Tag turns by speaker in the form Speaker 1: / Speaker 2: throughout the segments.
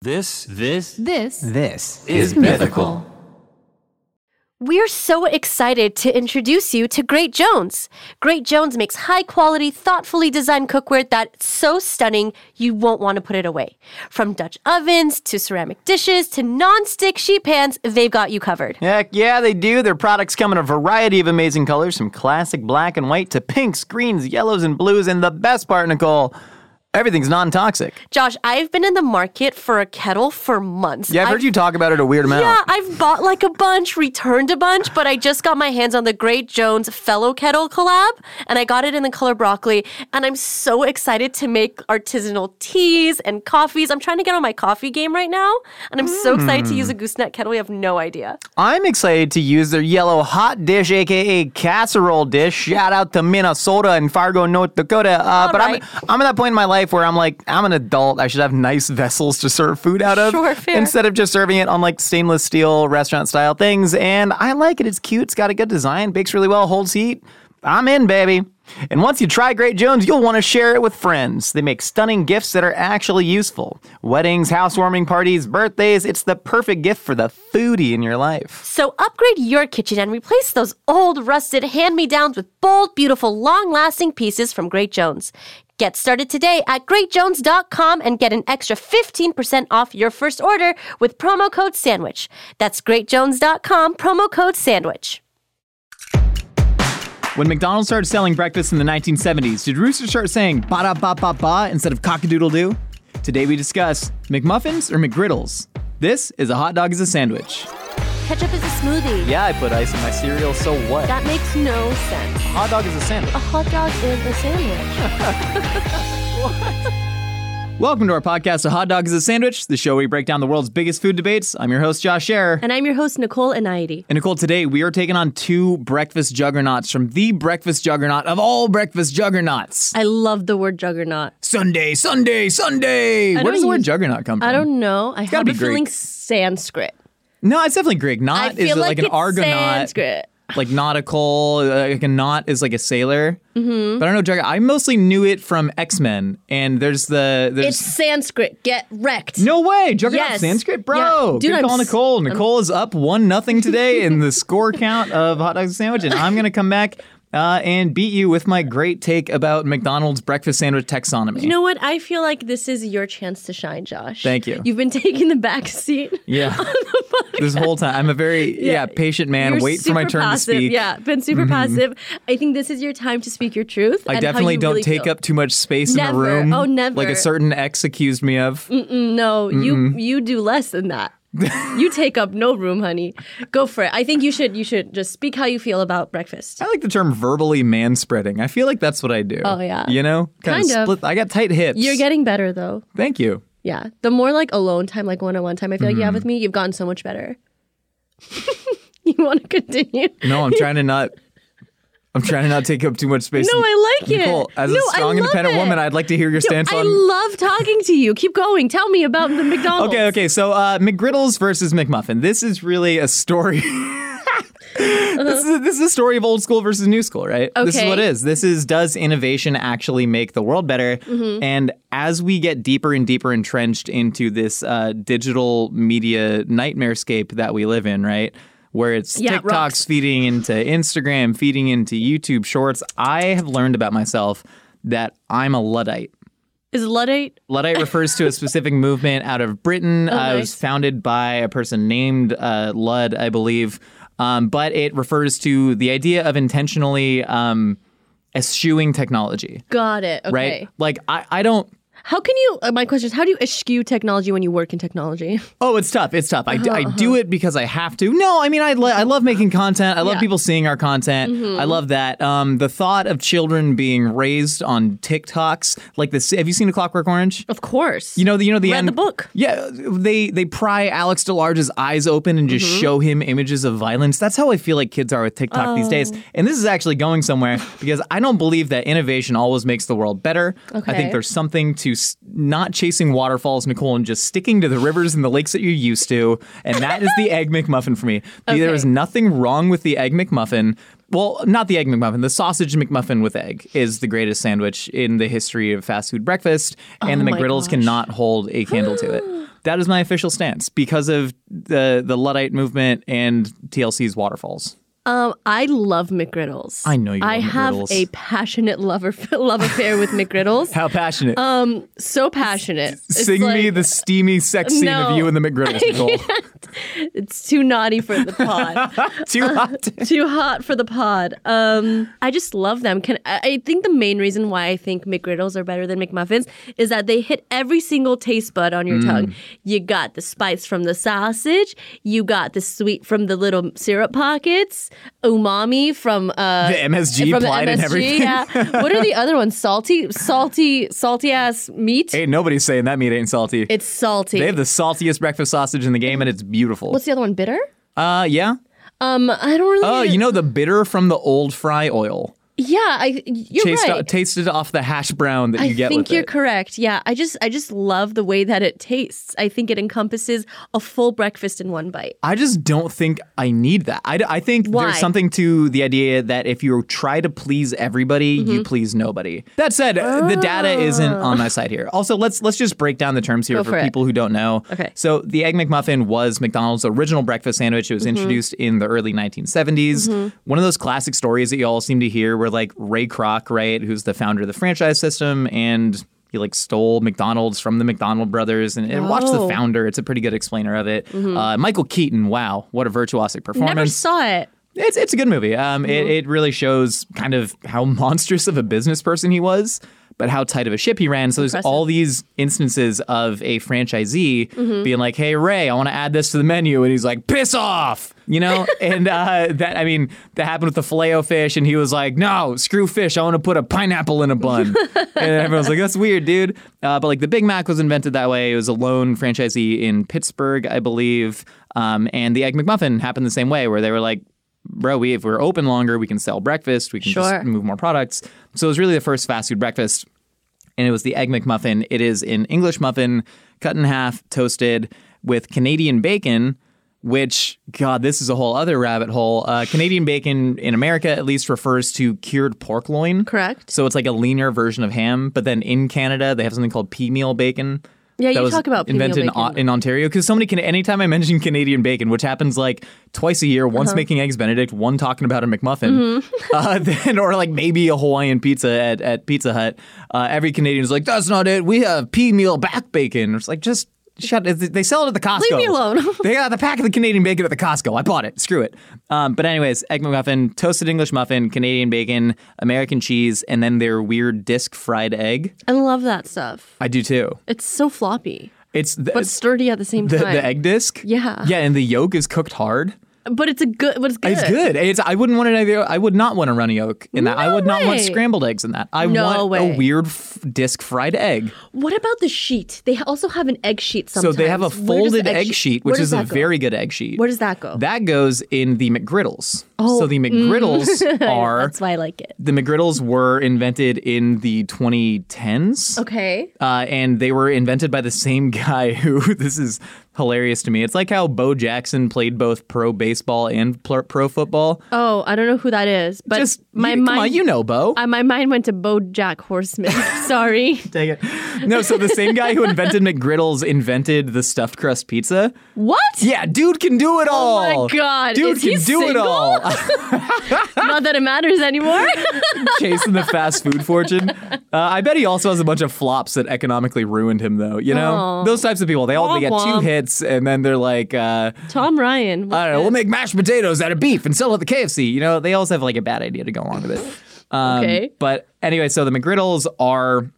Speaker 1: This this
Speaker 2: This
Speaker 3: This
Speaker 1: is mythical.
Speaker 4: We're so excited to introduce you to Great Jones. Great Jones makes high quality, thoughtfully designed cookware that's so stunning you won't want to put it away. From Dutch ovens to ceramic dishes to non-stick sheet pans, they've got you covered.
Speaker 3: Heck yeah, they do. Their products come in a variety of amazing colors, from classic black and white to pinks, greens, yellows, and blues. And the best part, Nicole, everything's non toxic.
Speaker 4: Josh, I've been in the market for a kettle for months.
Speaker 3: Yeah, I've heard you talk about it a weird amount.
Speaker 4: Yeah, I've bought like a bunch, returned a bunch, but I just got my hands on the Great Jones Fellow Kettle collab, and I got it in the color broccoli. And I'm so excited to make artisanal teas and coffees. I'm trying to get on my coffee game right now, and I'm so excited to use a gooseneck kettle. You have no idea.
Speaker 3: I'm excited to use their yellow hot dish, aka casserole dish. Shout out to Minnesota and Fargo, North Dakota. Uh, but
Speaker 4: right.
Speaker 3: I'm I'm at that point in my life where I'm like, I'm an adult. I should have nice vessels to serve food out of,
Speaker 4: Sure, fair.
Speaker 3: instead of just serving it on like stainless steel restaurant style things. And I like it. It's cute. It's got a good design. Bakes really well. Holds heat. I'm in, baby. And once you try Great Jones, you'll want to share it with friends. They make stunning gifts that are actually useful. Weddings, housewarming parties, birthdays, it's the perfect gift for the foodie in your life.
Speaker 4: So upgrade your kitchen and replace those old, rusted hand me downs with bold, beautiful, long lasting pieces from Great Jones. Get started today at greatjones.com and get an extra 15% off your first order with promo code SANDWICH. That's greatjones.com, promo code SANDWICH.
Speaker 3: When McDonald's started selling breakfast in the 1970s, did Rooster start saying ba da ba ba ba instead of cockadoodle doo? Today we discuss McMuffins or McGriddles. This is a hot dog is a sandwich.
Speaker 4: Ketchup is a smoothie.
Speaker 3: Yeah, I put ice in my cereal, so what?
Speaker 4: That makes no sense.
Speaker 3: hot dog is a sandwich.
Speaker 4: A hot dog is a sandwich.
Speaker 3: Welcome to our podcast, A Hot Dog is a Sandwich, the show where we break down the world's biggest food debates. I'm your host, Josh Scherer.
Speaker 4: And I'm your host, Nicole Anaidi.
Speaker 3: And Nicole, today we are taking on two breakfast juggernauts from the breakfast juggernaut of all breakfast juggernauts.
Speaker 4: I love the word juggernaut.
Speaker 3: Sunday, Sunday, Sunday. Where
Speaker 4: don't
Speaker 3: does the word
Speaker 4: use-
Speaker 3: juggernaut come from?
Speaker 4: I don't know. I
Speaker 3: gotta
Speaker 4: have
Speaker 3: be
Speaker 4: a feeling
Speaker 3: Greek.
Speaker 4: Sanskrit.
Speaker 3: No, it's definitely Greek.
Speaker 4: I
Speaker 3: Knot
Speaker 4: feel
Speaker 3: is like,
Speaker 4: like
Speaker 3: an
Speaker 4: it's
Speaker 3: argonaut,
Speaker 4: Sanskrit.
Speaker 3: like nautical. uh, Like a knot is like a sailor. Mm-hmm. But I don't know. Juggernaut- I mostly knew it from X Men, and there's the
Speaker 4: It's
Speaker 3: there's
Speaker 4: Sanskrit. Get wrecked.
Speaker 3: no way Juggernaut
Speaker 4: Yes.
Speaker 3: Sanskrit,
Speaker 4: Yeah.
Speaker 3: bro.
Speaker 4: Dude,
Speaker 3: Good
Speaker 4: I'm
Speaker 3: call,
Speaker 4: s-
Speaker 3: Nicole. Nicole is up one nothing today in the score count of hot dog sandwich, and I'm gonna come back. Uh, and beat you with my great take about McDonald's breakfast sandwich taxonomy.
Speaker 2: You know what? I feel like this is your chance to shine, Josh.
Speaker 3: Thank you.
Speaker 2: You've been taking the back seat.
Speaker 3: yeah, this whole time I'm a very yeah, patient man.
Speaker 2: You're
Speaker 3: Wait for my
Speaker 2: super
Speaker 3: turn
Speaker 2: passive.
Speaker 3: to speak. Mm-hmm.
Speaker 2: Yeah, been super passive. I think this is your time to speak your truth.
Speaker 3: I
Speaker 2: and how
Speaker 3: definitely
Speaker 2: you
Speaker 3: don't
Speaker 2: really
Speaker 3: take
Speaker 2: feel.
Speaker 3: up too much space in
Speaker 2: Never.
Speaker 3: the room.
Speaker 2: Oh, never. Mm.
Speaker 3: Like a certain ex accused me of.
Speaker 2: No, you you do less than that. you take up no room, honey. Go for it. I think you should you should just speak how you feel about breakfast.
Speaker 3: I like the term verbally manspreading. I feel like that's what I do.
Speaker 2: Oh, yeah.
Speaker 3: You know?
Speaker 2: Kind of.
Speaker 3: I got tight hips.
Speaker 2: You're getting better though.
Speaker 3: Thank you.
Speaker 2: Yeah. The more like alone time, like one on one time I feel like you
Speaker 3: Mm-hmm.
Speaker 2: have with me, you've gotten so much better. you want to continue?
Speaker 3: No, I'm trying to not. I'm trying to not take up too much space.
Speaker 2: No, I like it.
Speaker 3: Nicole, as
Speaker 2: No,
Speaker 3: a
Speaker 2: I
Speaker 3: strong,
Speaker 2: love
Speaker 3: independent
Speaker 2: it.
Speaker 3: woman, I'd like to hear your stance
Speaker 2: I
Speaker 3: on.
Speaker 2: love talking to you. Keep going. Tell me about the McDonald's.
Speaker 3: okay, okay. So uh, McGriddles versus McMuffin. This is really a story. this, is, this is a story of old school versus new school, right? This is
Speaker 2: Okay.
Speaker 3: what it is. This is does innovation actually make the world better?
Speaker 2: Mm-hmm.
Speaker 3: And as we get deeper and deeper entrenched into this uh, digital media nightmare scape that we live in, right? Where it's
Speaker 2: Yeah, it
Speaker 3: TikToks
Speaker 2: rocks.
Speaker 3: feeding into Instagram, feeding into YouTube Shorts. I have learned about myself that I'm a Luddite.
Speaker 2: Is Luddite?
Speaker 3: Luddite refers to a specific movement out of Britain. uh, It was
Speaker 2: Oh, nice.
Speaker 3: founded by a person named uh, Ludd, I believe. Um, but it refers to the idea of intentionally um, eschewing technology,
Speaker 2: Got it. Okay.
Speaker 3: right? Like, I, I don't.
Speaker 2: How can you? Uh, my question is: How do you eschew technology when you work in technology?
Speaker 3: Oh, it's tough. It's tough. I, I
Speaker 2: Uh-huh,
Speaker 3: do it because I have to. No, I mean, I, lo- I love making content. I love
Speaker 2: Yeah. Mm-hmm.
Speaker 3: people seeing our content. I love that. Um, the thought of children being raised on TikToks, like this. Have you seen A Clockwork Orange?
Speaker 2: Of course.
Speaker 3: You know, the, you know the
Speaker 2: Read
Speaker 3: end
Speaker 2: the book.
Speaker 3: Yeah, they they pry Alex DeLarge's eyes open and just
Speaker 2: Mm-hmm.
Speaker 3: show him images of violence. That's how I feel like kids are with TikTok
Speaker 2: Oh.
Speaker 3: these days. And this is actually going somewhere because I don't believe that innovation always makes the world better. I
Speaker 2: Okay.
Speaker 3: think there's something to s- not chasing waterfalls, Nicole, and just sticking to the rivers and the lakes that you're used to. And that is the egg McMuffin for me. There is nothing wrong with the egg McMuffin. well, not the egg McMuffin. The sausage McMuffin with egg is the greatest sandwich in the history of fast food breakfast, and the
Speaker 4: Oh my
Speaker 3: McGriddles
Speaker 4: gosh.
Speaker 3: cannot hold a candle to it. That is my official stance because of the the Luddite movement and TLC's waterfalls.
Speaker 4: Um, I love McGriddles.
Speaker 3: I know you
Speaker 4: I
Speaker 3: love
Speaker 4: have
Speaker 3: McGriddles.
Speaker 4: a passionate lover love affair with McGriddles. Um,
Speaker 3: How passionate!
Speaker 4: so passionate. Uh, It's
Speaker 3: Sing me
Speaker 4: like-
Speaker 3: the steamy sex scene
Speaker 4: No.
Speaker 3: of you and the McGriddles, Nicole.
Speaker 4: It's too naughty for the pod.
Speaker 3: Too hot.
Speaker 4: too hot for the pod. Um, I just love them. Can I, I think the main reason why I think McGriddles are better than McMuffins is that they hit every single taste bud on
Speaker 3: Mm.
Speaker 4: your tongue. You got the spice from the sausage. You got the sweet from the little syrup pockets. Umami from uh,
Speaker 3: The MSG
Speaker 4: from the
Speaker 3: plied and
Speaker 4: MSG,
Speaker 3: everything.
Speaker 4: Yeah. what are the other ones? Salty, salty, salty ass meat.
Speaker 3: Ain't nobody saying that meat ain't salty.
Speaker 4: it's salty.
Speaker 3: they have the saltiest breakfast sausage in the game, and it's beautiful.
Speaker 4: What's the other one? Bitter.
Speaker 3: uh, yeah.
Speaker 4: Um, I don't really.
Speaker 3: Oh, you know the bitter from the old fry oil.
Speaker 4: Yeah, I. You're
Speaker 3: Taste,
Speaker 4: right.
Speaker 3: tasted off the hash brown that you
Speaker 4: I
Speaker 3: get
Speaker 4: think
Speaker 3: with
Speaker 4: you're
Speaker 3: it.
Speaker 4: correct. Yeah, I just I just love the way that it tastes. I think it encompasses a full breakfast in one bite.
Speaker 3: I just don't think I need that. I, d- I think
Speaker 4: Why?
Speaker 3: there's something to the idea that if you try to please everybody,
Speaker 4: Mm-hmm.
Speaker 3: you please nobody. That said, the data isn't on my side here. Also, let's let's just break down the terms here
Speaker 4: Go
Speaker 3: for,
Speaker 4: for it.
Speaker 3: people who don't know.
Speaker 4: Okay.
Speaker 3: So the Egg McMuffin was McDonald's original breakfast sandwich. It
Speaker 4: Mm-hmm.
Speaker 3: was introduced in the early 1970s. One of those classic stories that you all seem to hear where like Ray Kroc, right, who's the founder of the franchise system and he like stole McDonald's from the McDonald brothers and, and watch the
Speaker 4: Oh.
Speaker 3: founder. It's a pretty good explainer of it. Uh, Michael Keaton, wow, what a virtuosic performance.
Speaker 4: Mm-hmm. Never saw Mm-hmm. it.
Speaker 3: It's it's a good movie. Um, it, it really shows kind of how monstrous of a business person he was, but how tight of a ship he ran. So there's all these instances of a franchisee being like, "Hey Ray, I want to add this to the menu," and he's like, "Piss off," you know. and uh, that I mean, that happened with the filet fish, and he was like, "No, screw fish. I want to put a pineapple in a bun." and everyone's like, "That's weird, dude." Uh, but like the Big Mac was invented that way. It was a lone franchisee in Pittsburgh, I believe. Um, and the Egg McMuffin happened the same way, where they were like, bro, we if we're open longer, we can sell breakfast, we can
Speaker 4: Sure.
Speaker 3: just move more products. So it was really the first fast food breakfast, and it was the egg McMuffin. It is an English muffin, cut in half, toasted with Canadian bacon. Which God, this is a whole other rabbit hole. Uh, Canadian bacon in America, at least, refers to cured pork loin.
Speaker 4: Correct.
Speaker 3: So it's like a leaner version of ham. But then in Canada, they have something called pea meal bacon.
Speaker 4: Yeah,
Speaker 3: that
Speaker 4: you
Speaker 3: was
Speaker 4: talk about pea meal
Speaker 3: invented in, O-
Speaker 4: bacon.
Speaker 3: in Ontario because so many can. Anytime I mention Canadian bacon, which happens like twice a year,
Speaker 4: Uh-huh.
Speaker 3: once making eggs Benedict, one talking about a McMuffin,
Speaker 4: Mm-hmm.
Speaker 3: uh, then or like maybe a Hawaiian pizza at, at Pizza Hut. Uh, every Canadian is like, "That's not it. We have pea meal back bacon." It's like just. Shut! They sell it at the Costco.
Speaker 4: Leave me alone.
Speaker 3: they got the pack of the Canadian bacon at the Costco. I bought it. Screw it. Um, but anyways, egg McMuffin, toasted English muffin, Canadian bacon, American cheese, and then their weird disc fried egg.
Speaker 4: I love that stuff.
Speaker 3: I do too.
Speaker 4: It's so floppy,
Speaker 3: It's the,
Speaker 4: but sturdy at the same
Speaker 3: the,
Speaker 4: time.
Speaker 3: the egg disc.
Speaker 4: Yeah.
Speaker 3: Yeah, and the yolk is cooked hard.
Speaker 4: But it's a good. But it's good.
Speaker 3: It's good. It's I wouldn't want an egg. I would not want a runny yolk in that. I
Speaker 4: No
Speaker 3: would not want
Speaker 4: way.
Speaker 3: scrambled eggs in that. I
Speaker 4: No
Speaker 3: want
Speaker 4: way.
Speaker 3: a weird f- disc fried egg.
Speaker 4: What about the sheet? They also have an egg sheet
Speaker 3: So
Speaker 4: sometimes.
Speaker 3: they have a
Speaker 4: Where does the
Speaker 3: folded egg, sheet,
Speaker 4: where
Speaker 3: which
Speaker 4: does
Speaker 3: is a
Speaker 4: that go?
Speaker 3: very good egg sheet.
Speaker 4: Where does that go? mm.
Speaker 3: That goes in the McGriddles. Oh, so the McGriddles are
Speaker 4: That's why I like it.
Speaker 3: the McGriddles were invented in the 2010s.
Speaker 4: Okay.
Speaker 3: Uh, and they were invented by the same guy who, this is hilarious to me. It's like how Bo Jackson played both pro baseball and pl- pro football.
Speaker 4: Oh, I don't know who that is, but
Speaker 3: Just,
Speaker 4: my
Speaker 3: you, come
Speaker 4: mind.
Speaker 3: on, you know Bo.
Speaker 4: uh, my mind went to BoJack Horseman. Sorry.
Speaker 3: Dang it. No, so the same guy who invented McGriddles invented the stuffed crust pizza.
Speaker 4: What?
Speaker 3: Yeah, dude can do it all.
Speaker 4: Oh my God.
Speaker 3: Dude
Speaker 4: Is
Speaker 3: can
Speaker 4: he
Speaker 3: do it
Speaker 4: single?
Speaker 3: all.
Speaker 4: Not that it matters anymore.
Speaker 3: Chasing the fast food fortune. Uh, I bet he also has a bunch of flops that economically ruined him, though. You know,
Speaker 4: Aw.
Speaker 3: those types of people. They all they get
Speaker 4: Womp
Speaker 3: two
Speaker 4: Oh. womp.
Speaker 3: hits, and then they're like, uh,
Speaker 4: Tom Ryan.
Speaker 3: I don't know, we'll make mashed potatoes out of beef and sell it at the KFC. You know, they always have like a bad idea to go along with it. Um,
Speaker 4: Okay.
Speaker 3: But anyway, so the McGriddles are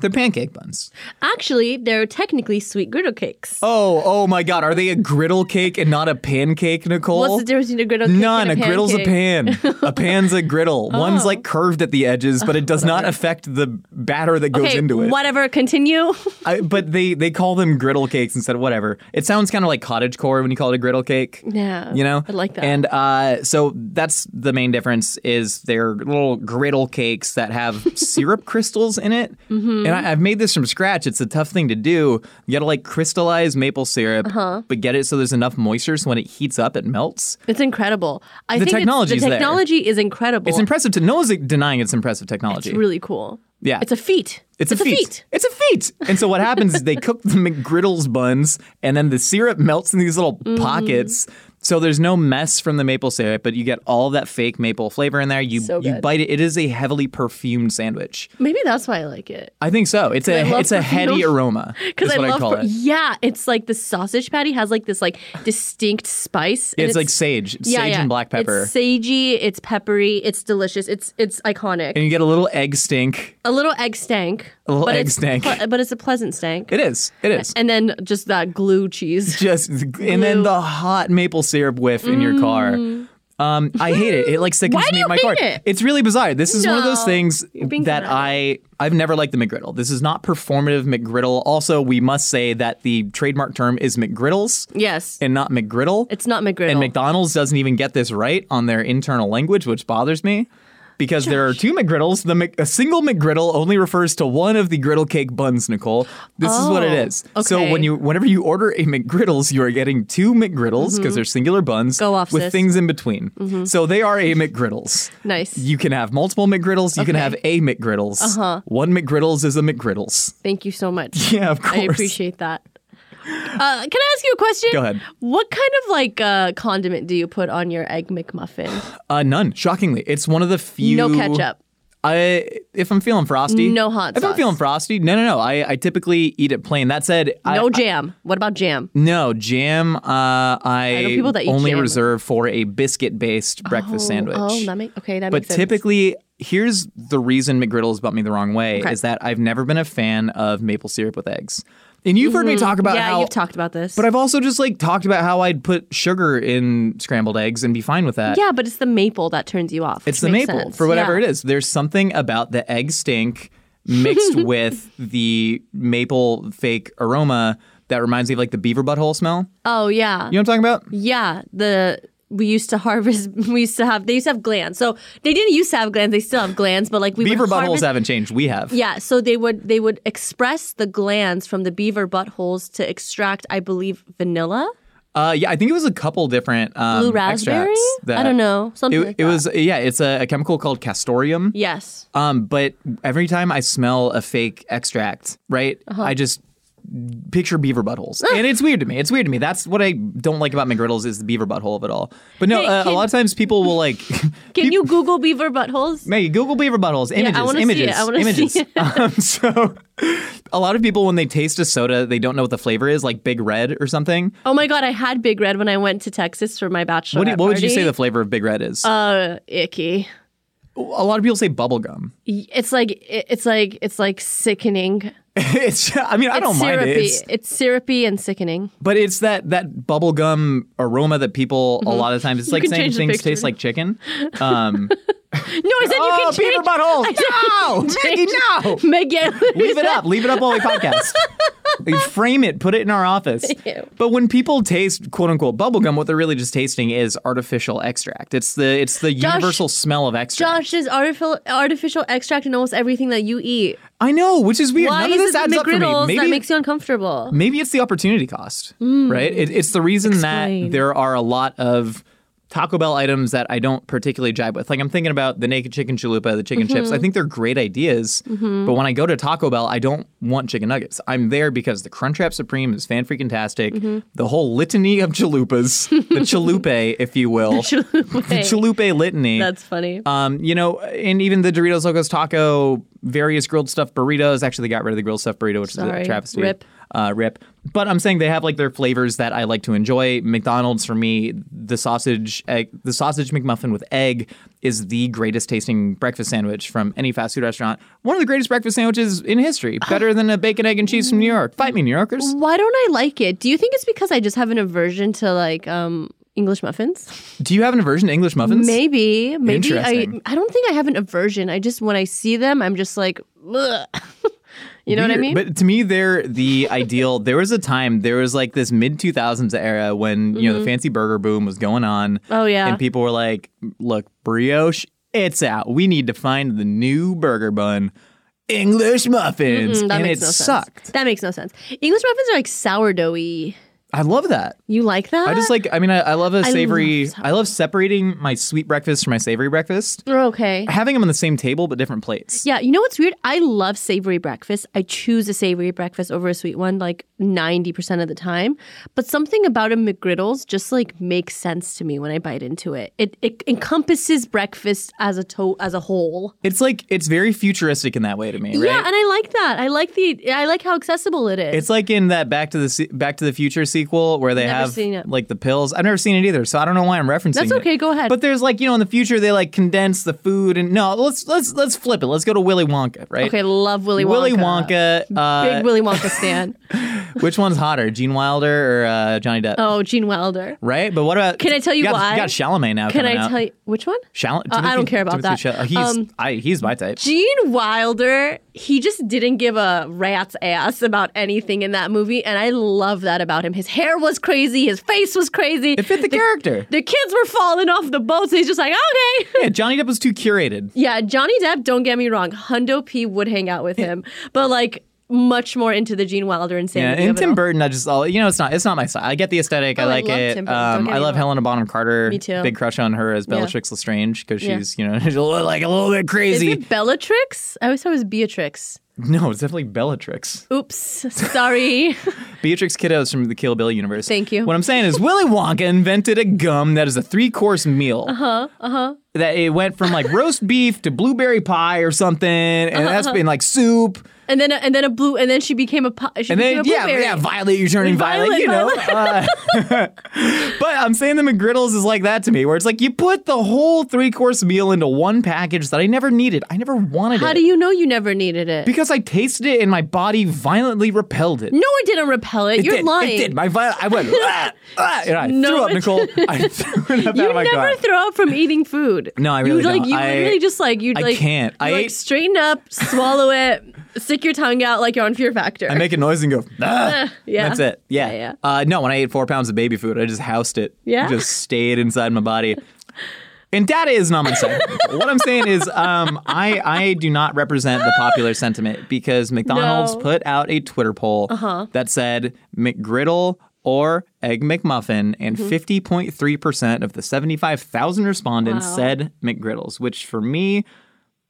Speaker 3: they're pancake buns.
Speaker 4: Actually, they're technically sweet griddle cakes.
Speaker 3: Oh, oh my God! Are they a griddle cake and not a pancake, Nicole?
Speaker 4: What's the difference between a griddle cake
Speaker 3: None.
Speaker 4: and a,
Speaker 3: griddle's a
Speaker 4: pancake? Oh.
Speaker 3: pan. A pan's a griddle. One's like curved at the edges, but it does not affect the batter that goes
Speaker 4: Okay,
Speaker 3: into it.
Speaker 4: whatever. Continue.
Speaker 3: I, but they they call them griddle cakes instead of whatever. It sounds kind of like cottage core when you call it a griddle cake.
Speaker 4: Yeah,
Speaker 3: You know?
Speaker 4: I like that.
Speaker 3: And uh, so that's the main
Speaker 4: Mm-hmm.
Speaker 3: difference is they're little griddle cakes that have syrup crystals in it. And and I, I've made this from scratch. It's a tough thing to do. You gotta like crystallize maple syrup,
Speaker 4: Uh-huh.
Speaker 3: but get it so there's enough moisture so when it heats up, it melts.
Speaker 4: It's incredible. I
Speaker 3: The
Speaker 4: think it's-
Speaker 3: technology's
Speaker 4: the
Speaker 3: there.
Speaker 4: technology is incredible.
Speaker 3: It's impressive to no one's denying it's impressive technology.
Speaker 4: It's really cool.
Speaker 3: Yeah.
Speaker 4: It's a feat.
Speaker 3: It's, a, feat. It's a feat. And so what happens is they cook the McGriddles buns, and then the syrup melts in these little
Speaker 4: Mm-hmm.
Speaker 3: pockets. So there's no mess from the maple syrup, but you get all that fake maple flavor in there. You
Speaker 4: So
Speaker 3: you
Speaker 4: good.
Speaker 3: bite it. It is a heavily perfumed sandwich.
Speaker 4: Maybe that's why I like it.
Speaker 3: I think so. It's
Speaker 4: I
Speaker 3: a
Speaker 4: love
Speaker 3: it's a heady
Speaker 4: perfume.
Speaker 3: aroma. Is
Speaker 4: Because I
Speaker 3: what
Speaker 4: love,
Speaker 3: I call
Speaker 4: per-
Speaker 3: it.
Speaker 4: yeah, it's like the sausage patty has like this like distinct spice. and
Speaker 3: It's, like sage, It's
Speaker 4: yeah,
Speaker 3: sage
Speaker 4: yeah.
Speaker 3: and black pepper,
Speaker 4: It's sagey. It's peppery. It's delicious. It's it's iconic.
Speaker 3: and you get a little egg stink.
Speaker 4: a little egg stank. A
Speaker 3: little egg stank.
Speaker 4: but it's a pleasant stank.
Speaker 3: It is. It is.
Speaker 4: and then just that glue cheese.
Speaker 3: just and then the hot maple syrup whiff in your car. Um, I hate it. It like sickens
Speaker 4: Mm. Why do
Speaker 3: me
Speaker 4: you
Speaker 3: in my
Speaker 4: hate
Speaker 3: car.
Speaker 4: it?
Speaker 3: It's really bizarre. This is one of those
Speaker 4: No.
Speaker 3: things
Speaker 4: You're being
Speaker 3: that
Speaker 4: dramatic.
Speaker 3: I I've never liked the McGriddle. This is not performative McGriddle. Also, we must say that the trademark term is McGriddles
Speaker 4: yes.
Speaker 3: and not McGriddle.
Speaker 4: it's not McGriddle.
Speaker 3: and McDonald's doesn't even get this right on their internal language, which bothers me. Because there are two McGriddles, the Mc, a single McGriddle only refers to one of the griddle cake buns. Nicole, this is what it
Speaker 4: Oh,
Speaker 3: is. So
Speaker 4: okay.
Speaker 3: when you, whenever you order a McGriddles, you are getting two McGriddles because they're singular buns
Speaker 4: Mm-hmm. Go off,
Speaker 3: with
Speaker 4: sis. Mm-hmm.
Speaker 3: things in between. So they are a McGriddles.
Speaker 4: nice.
Speaker 3: You can have multiple McGriddles. You can
Speaker 4: Okay.
Speaker 3: have a McGriddles. Uh-huh. One McGriddles is a McGriddles.
Speaker 4: Thank you so much.
Speaker 3: Yeah, of course.
Speaker 4: I appreciate that. Uh, can I ask you a question?
Speaker 3: Go ahead.
Speaker 4: What kind of like uh, condiment do you put on your egg McMuffin?
Speaker 3: Uh, none. Shockingly, it's one of the few.
Speaker 4: No ketchup.
Speaker 3: I if I'm feeling frosty.
Speaker 4: No hot
Speaker 3: If I'm
Speaker 4: sauce.
Speaker 3: feeling frosty, no, no, no. I, I typically eat it plain. That said, I-
Speaker 4: No
Speaker 3: I,
Speaker 4: jam. What about jam?
Speaker 3: no jam. Uh, I,
Speaker 4: know people that eat
Speaker 3: only
Speaker 4: jam.
Speaker 3: reserve for a biscuit based breakfast sandwich.
Speaker 4: Oh, that make, okay. That
Speaker 3: but
Speaker 4: makes sense.
Speaker 3: typically, here's the reason McGriddles bumped me the wrong way
Speaker 4: Okay.
Speaker 3: is that I've never been a fan of maple syrup with eggs. And you've heard me talk about
Speaker 4: Mm-hmm. yeah,
Speaker 3: how
Speaker 4: you've talked about this.
Speaker 3: but I've also just like talked about how I'd put sugar in scrambled eggs and be fine with that.
Speaker 4: yeah, but it's the maple that turns you off.
Speaker 3: It's
Speaker 4: which
Speaker 3: the
Speaker 4: makes
Speaker 3: maple
Speaker 4: sense.
Speaker 3: for whatever
Speaker 4: Yeah.
Speaker 3: it is. There's something about the egg stink mixed with the maple fake aroma that reminds me of like the beaver butthole smell.
Speaker 4: Oh yeah,
Speaker 3: You know what I'm talking about?
Speaker 4: yeah. The we used to harvest. We used to have. They used to have glands. So they didn't used to have glands. They still have glands. But like we
Speaker 3: beaver
Speaker 4: would
Speaker 3: buttholes
Speaker 4: harvest,
Speaker 3: haven't changed. We have.
Speaker 4: Yeah, so they would they would express the glands from the beaver buttholes to extract, I believe, vanilla.
Speaker 3: Uh, yeah, I think it was a couple different um,
Speaker 4: Blue raspberry?
Speaker 3: extracts that-
Speaker 4: I don't know. Something
Speaker 3: It,
Speaker 4: like
Speaker 3: it
Speaker 4: that.
Speaker 3: was yeah. It's a, a chemical called castorium.
Speaker 4: Yes.
Speaker 3: Um, but every time I smell a fake extract, right,
Speaker 4: Uh-huh.
Speaker 3: I just picture beaver buttholes, and it's weird to me. It's weird to me. That's what I don't like about McGriddles is the beaver butthole of it all. But no,
Speaker 4: Hey,
Speaker 3: uh, a
Speaker 4: can-
Speaker 3: lot of times people will like,
Speaker 4: Can you Google beaver buttholes?
Speaker 3: Maggie, Google beaver buttholes, images,
Speaker 4: wanna see
Speaker 3: images,
Speaker 4: it. I wanna
Speaker 3: images.
Speaker 4: see it.
Speaker 3: Um, so, a lot of people when they taste a soda, they don't know what the flavor is, like Big Red or something.
Speaker 4: Oh my god, I had Big Red when I went to Texas for my bachelor.
Speaker 3: What, do, what would you say the flavor of Big Red is?
Speaker 4: uh, icky?
Speaker 3: a lot of people say bubblegum.
Speaker 4: Y- It's like it- it's like it's like sickening.
Speaker 3: it's, I mean, I
Speaker 4: It's
Speaker 3: don't mind
Speaker 4: syrupy.
Speaker 3: it. It's-
Speaker 4: It's syrupy and sickening.
Speaker 3: But it's that that bubblegum aroma that people a lot of times it's like
Speaker 4: Mm-hmm. can
Speaker 3: saying
Speaker 4: change the
Speaker 3: things
Speaker 4: picture.
Speaker 3: taste like chicken. Um,
Speaker 4: No, I said you
Speaker 3: oh,
Speaker 4: can
Speaker 3: beaver
Speaker 4: change.
Speaker 3: butthole! No, Maggie, no!
Speaker 4: said you Megan,
Speaker 3: Leave it up. Leave it up while we podcast. Like, Frame it. Put it in our office.
Speaker 4: Ew.
Speaker 3: But when people taste "quote unquote" bubblegum, what they're really just tasting is artificial extract. It's the it's the
Speaker 4: Josh-
Speaker 3: universal smell of extract.
Speaker 4: Josh is artificial artificial extract in almost everything that you eat.
Speaker 3: I know, which is weird.
Speaker 4: Why
Speaker 3: None of
Speaker 4: is
Speaker 3: this
Speaker 4: it
Speaker 3: adds
Speaker 4: the
Speaker 3: up for
Speaker 4: McGriddles
Speaker 3: me. Maybe
Speaker 4: that makes you uncomfortable?
Speaker 3: maybe it's the opportunity cost, right? It, it's the reason that
Speaker 4: Explain.
Speaker 3: there are a lot of Taco Bell items that I don't particularly jibe with. Like I'm thinking about the naked chicken chalupa, the chicken chips. I think they're great ideas, but when I go to Taco Bell, I don't want chicken nuggets. I'm there because the Crunchwrap Supreme is fan freaking tastic. The whole litany of chalupas, the chalupe, if you will, the chalupe litany.
Speaker 4: That's funny.
Speaker 3: Um, you know, and even the Doritos Locos Taco, various grilled stuffed burritos. Actually, they got rid of the grilled stuffed burrito, which is
Speaker 4: Sorry.
Speaker 3: a travesty.
Speaker 4: Rip.
Speaker 3: Uh, rip. But I'm saying they have like their flavors that I like to enjoy. McDonald's for me, the sausage egg, the sausage McMuffin with egg is the greatest tasting breakfast sandwich from any fast food restaurant. One of the greatest breakfast sandwiches in history. Better than a bacon, egg, and cheese from New York. Fight me, New Yorkers.
Speaker 4: Why don't I like it? Do you think it's because I just have an aversion to like um English muffins?
Speaker 3: Do you have an aversion to English muffins?
Speaker 4: Maybe, maybe I
Speaker 3: Interesting.
Speaker 4: I don't think I have an aversion. I just when I see them, I'm just like, Ugh. you know what I
Speaker 3: Weird.
Speaker 4: mean?
Speaker 3: But to me, they're the ideal. There was a time, there was like this mid 2000s era when, you know, the fancy burger boom was going on.
Speaker 4: Mm-hmm. Oh, yeah.
Speaker 3: And people were like, look, brioche, it's out. We need to find the new burger bun. English muffins,
Speaker 4: Mm-hmm, That
Speaker 3: and it
Speaker 4: makes no
Speaker 3: sucked.
Speaker 4: sense. That makes no sensense. English muffins are like sourdoughy.
Speaker 3: I love that.
Speaker 4: You like that?
Speaker 3: I just like. I mean, I, I love a
Speaker 4: Uh, love
Speaker 3: savory. I love, separating my sweet breakfast from my savory breakfast.
Speaker 4: Oh, okay.
Speaker 3: Having them on the same table but different plates.
Speaker 4: Yeah, you know what's weird? I love savory breakfast. I choose a savory breakfast over a sweet one like 90% of the time. But something about a McGriddles just like makes sense to me when I bite into it. It, it encompasses breakfast as a to- as a whole.
Speaker 3: It's like it's very futuristic in that way to me, right?
Speaker 4: Yeah, and I like that. I like the I like how accessible it is.
Speaker 3: It's like in that Back to the Se- Back to the Future sequel where they
Speaker 4: Never
Speaker 3: have
Speaker 4: seen it.
Speaker 3: like the pills. I've never seen it either, so I don't know why I'm referencing.
Speaker 4: That's
Speaker 3: it.
Speaker 4: okay, go ahead.
Speaker 3: But there's like you know in the future they like condense the food and no let's let's let's flip it. Let's go to Willy Wonka, right?
Speaker 4: okay, love Willy Wonka.
Speaker 3: Willy Wonka. uh,
Speaker 4: Big Willy Wonka stan.
Speaker 3: which one's hotter, Gene Wilder or uh, Johnny Depp?
Speaker 4: oh, Gene Wilder.
Speaker 3: Right, but what about?
Speaker 4: Can I tell you
Speaker 3: got,
Speaker 4: why?
Speaker 3: got Chalamet now.
Speaker 4: Can
Speaker 3: coming
Speaker 4: I
Speaker 3: out.
Speaker 4: tell you which one?
Speaker 3: Shall-
Speaker 4: Uh, I don't care about
Speaker 3: Timothy
Speaker 4: that.
Speaker 3: Chal- he's
Speaker 4: Um,
Speaker 3: I, he's my type.
Speaker 4: Gene Wilder, he just didn't give a rat's ass about anything in that movie, and I love that about him. His hair was crazy, his face was crazy.
Speaker 3: It fit the character.
Speaker 4: The kids were falling off the boats. he's just like, okay.
Speaker 3: yeah, Johnny Depp was too curated.
Speaker 4: yeah, Johnny Depp, don't get me wrong, Hundo P would hang out with him, but like much more into the Gene Wilder
Speaker 3: Yeah,
Speaker 4: insanity.
Speaker 3: and
Speaker 4: of it
Speaker 3: Tim
Speaker 4: all.
Speaker 3: Burton, I just all you know, it's not it's not my style. I get the aesthetic, I
Speaker 4: Oh, I
Speaker 3: like
Speaker 4: love
Speaker 3: it.
Speaker 4: Tim Burton, don't
Speaker 3: um,
Speaker 4: get
Speaker 3: I
Speaker 4: me
Speaker 3: love
Speaker 4: wrong.
Speaker 3: Helena Bonham Carter.
Speaker 4: Me too.
Speaker 3: Big crush on her as
Speaker 4: Yeah.
Speaker 3: Bellatrix Lestrange because
Speaker 4: Yeah.
Speaker 3: she's you know she's a little- like a little bit
Speaker 4: Is
Speaker 3: crazy.
Speaker 4: it Bellatrix? I always thought it was Beatrix.
Speaker 3: No, it's definitely Bellatrix.
Speaker 4: Oops, sorry.
Speaker 3: Beatrix Kiddo is from the Kill Bill universe.
Speaker 4: Thank you.
Speaker 3: What I'm saying is Willy Wonka invented a gum that is a three course meal. Uh huh.
Speaker 4: Uh-huh,
Speaker 3: Uh huh. That it went from like roast beef to blueberry pie or something, and that's
Speaker 4: Uh-huh.
Speaker 3: been like soup.
Speaker 4: and then a, and then a blue and then she became a po- she
Speaker 3: And
Speaker 4: became
Speaker 3: then
Speaker 4: a
Speaker 3: yeah,
Speaker 4: blueberry.
Speaker 3: yeah, Violet, you're turning Violet,
Speaker 4: Violet,
Speaker 3: you know. uh, but I'm saying the McGriddles is like that to me, where it's like you put the whole three course meal into one package that I never needed. I never wanted
Speaker 4: How
Speaker 3: it.
Speaker 4: do you know you never needed it?
Speaker 3: because I tasted it and my body violently repelled it.
Speaker 4: No, I didn't repel it.
Speaker 3: It
Speaker 4: You're
Speaker 3: did.
Speaker 4: lying.
Speaker 3: It did. My viol- I went, ah, ah, and I
Speaker 4: No,
Speaker 3: threw up,
Speaker 4: it
Speaker 3: Nicole. I threw it up out
Speaker 4: You
Speaker 3: of oh my
Speaker 4: never
Speaker 3: car.
Speaker 4: throw up from eating food.
Speaker 3: No, I
Speaker 4: You,
Speaker 3: really
Speaker 4: like
Speaker 3: don't.
Speaker 4: you
Speaker 3: I-
Speaker 4: literally just like you
Speaker 3: I
Speaker 4: like
Speaker 3: can't.
Speaker 4: you,
Speaker 3: I
Speaker 4: like
Speaker 3: ate-
Speaker 4: straighten up, swallow it, stick your tongue out like you're on Fear Factor.
Speaker 3: I make a noise and go, ah.
Speaker 4: yeah.
Speaker 3: That's it. Yeah.
Speaker 4: Yeah, yeah.
Speaker 3: Uh, no, when I ate four pounds of baby food, I just housed it.
Speaker 4: Yeah.
Speaker 3: Just stayed inside my body. And data is not my side. what I'm saying is, um, I I do not represent the popular sentiment because McDonald's
Speaker 4: No. Uh-huh.
Speaker 3: put out a Twitter poll that said McGriddle or Egg McMuffin, and
Speaker 4: Mm-hmm.
Speaker 3: 50.3% of the 75,000 respondents said McGriddles, which for me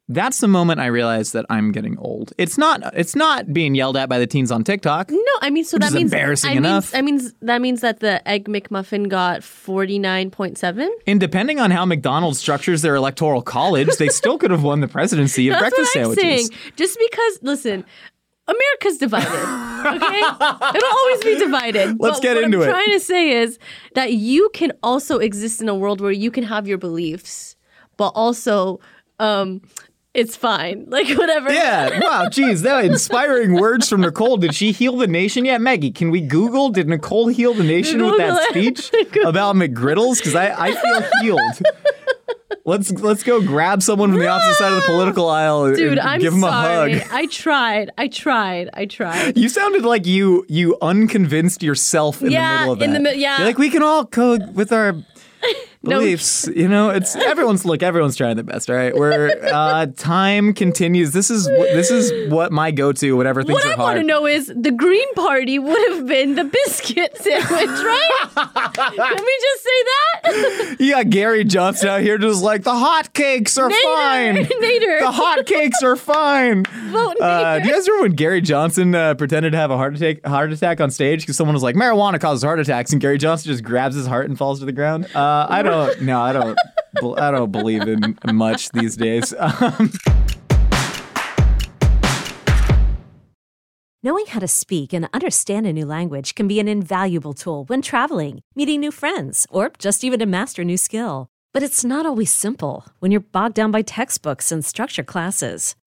Speaker 3: that's the moment I realized that I'm getting old. It's not it's not being yelled at by the teens on TikTok.
Speaker 4: No, I mean so
Speaker 3: Which
Speaker 4: that
Speaker 3: is
Speaker 4: means
Speaker 3: embarrassing
Speaker 4: I mean,
Speaker 3: enough.
Speaker 4: I mean that means that the egg McMuffin got forty nine point seven.
Speaker 3: And depending on how McDonald's structures their electoral college, they still could have won the presidency of
Speaker 4: That's
Speaker 3: breakfast
Speaker 4: what I'm
Speaker 3: sandwiches.
Speaker 4: saying. Just because, listen, America's divided. Okay, it'll always be divided.
Speaker 3: Let's
Speaker 4: But
Speaker 3: get
Speaker 4: what
Speaker 3: into
Speaker 4: I'm
Speaker 3: it.
Speaker 4: Trying to say is that you can also exist in a world where you can have your beliefs, but also, um, it's fine. Like whatever.
Speaker 3: Yeah. Wow. Geez, that inspiring words from Nicole. Did she heal the nation yet, Maggie? Can we Google? Did Nicole heal the nation with that
Speaker 4: Google it.
Speaker 3: speech about McGriddles? Because I, I feel healed. Let's let's go grab someone from the opposite side of the political aisle and-
Speaker 4: Dude,
Speaker 3: and
Speaker 4: I'm
Speaker 3: give him
Speaker 4: sorry.
Speaker 3: a hug.
Speaker 4: I tried. I tried. I tried.
Speaker 3: You sounded like you you unconvinced yourself in
Speaker 4: Yeah,
Speaker 3: the middle of that.
Speaker 4: in the mi- yeah.
Speaker 3: You're like we can all go with our
Speaker 4: No.
Speaker 3: beliefs. You know, it's everyone's look. Everyone's trying their best. All right, where uh, time continues. This is what this is what my go to whenever things
Speaker 4: What
Speaker 3: are
Speaker 4: I
Speaker 3: hard.
Speaker 4: want to know is the Green Party would have been the biscuit sandwich, right? Can we just say that?
Speaker 3: You got Gary Johnson out here just like the hotcakes are
Speaker 4: Nader,
Speaker 3: fine.
Speaker 4: Nader.
Speaker 3: The hotcakes are fine.
Speaker 4: Vote
Speaker 3: Uh,
Speaker 4: Nader.
Speaker 3: do you guys remember when Gary Johnson uh, pretended to have a heart attack, heart attack on stage because someone was like, "Marijuana causes heart attacks," and Gary Johnson just grabs his heart and falls to the ground? Uh, I don't. No, I don't. bel- I don't believe in much these days.
Speaker 5: Knowing how to speak and understand a new language can be an invaluable tool when traveling, meeting new friends, or just even to master a new skill. But it's not always simple when you're bogged down by textbooks and structure classes.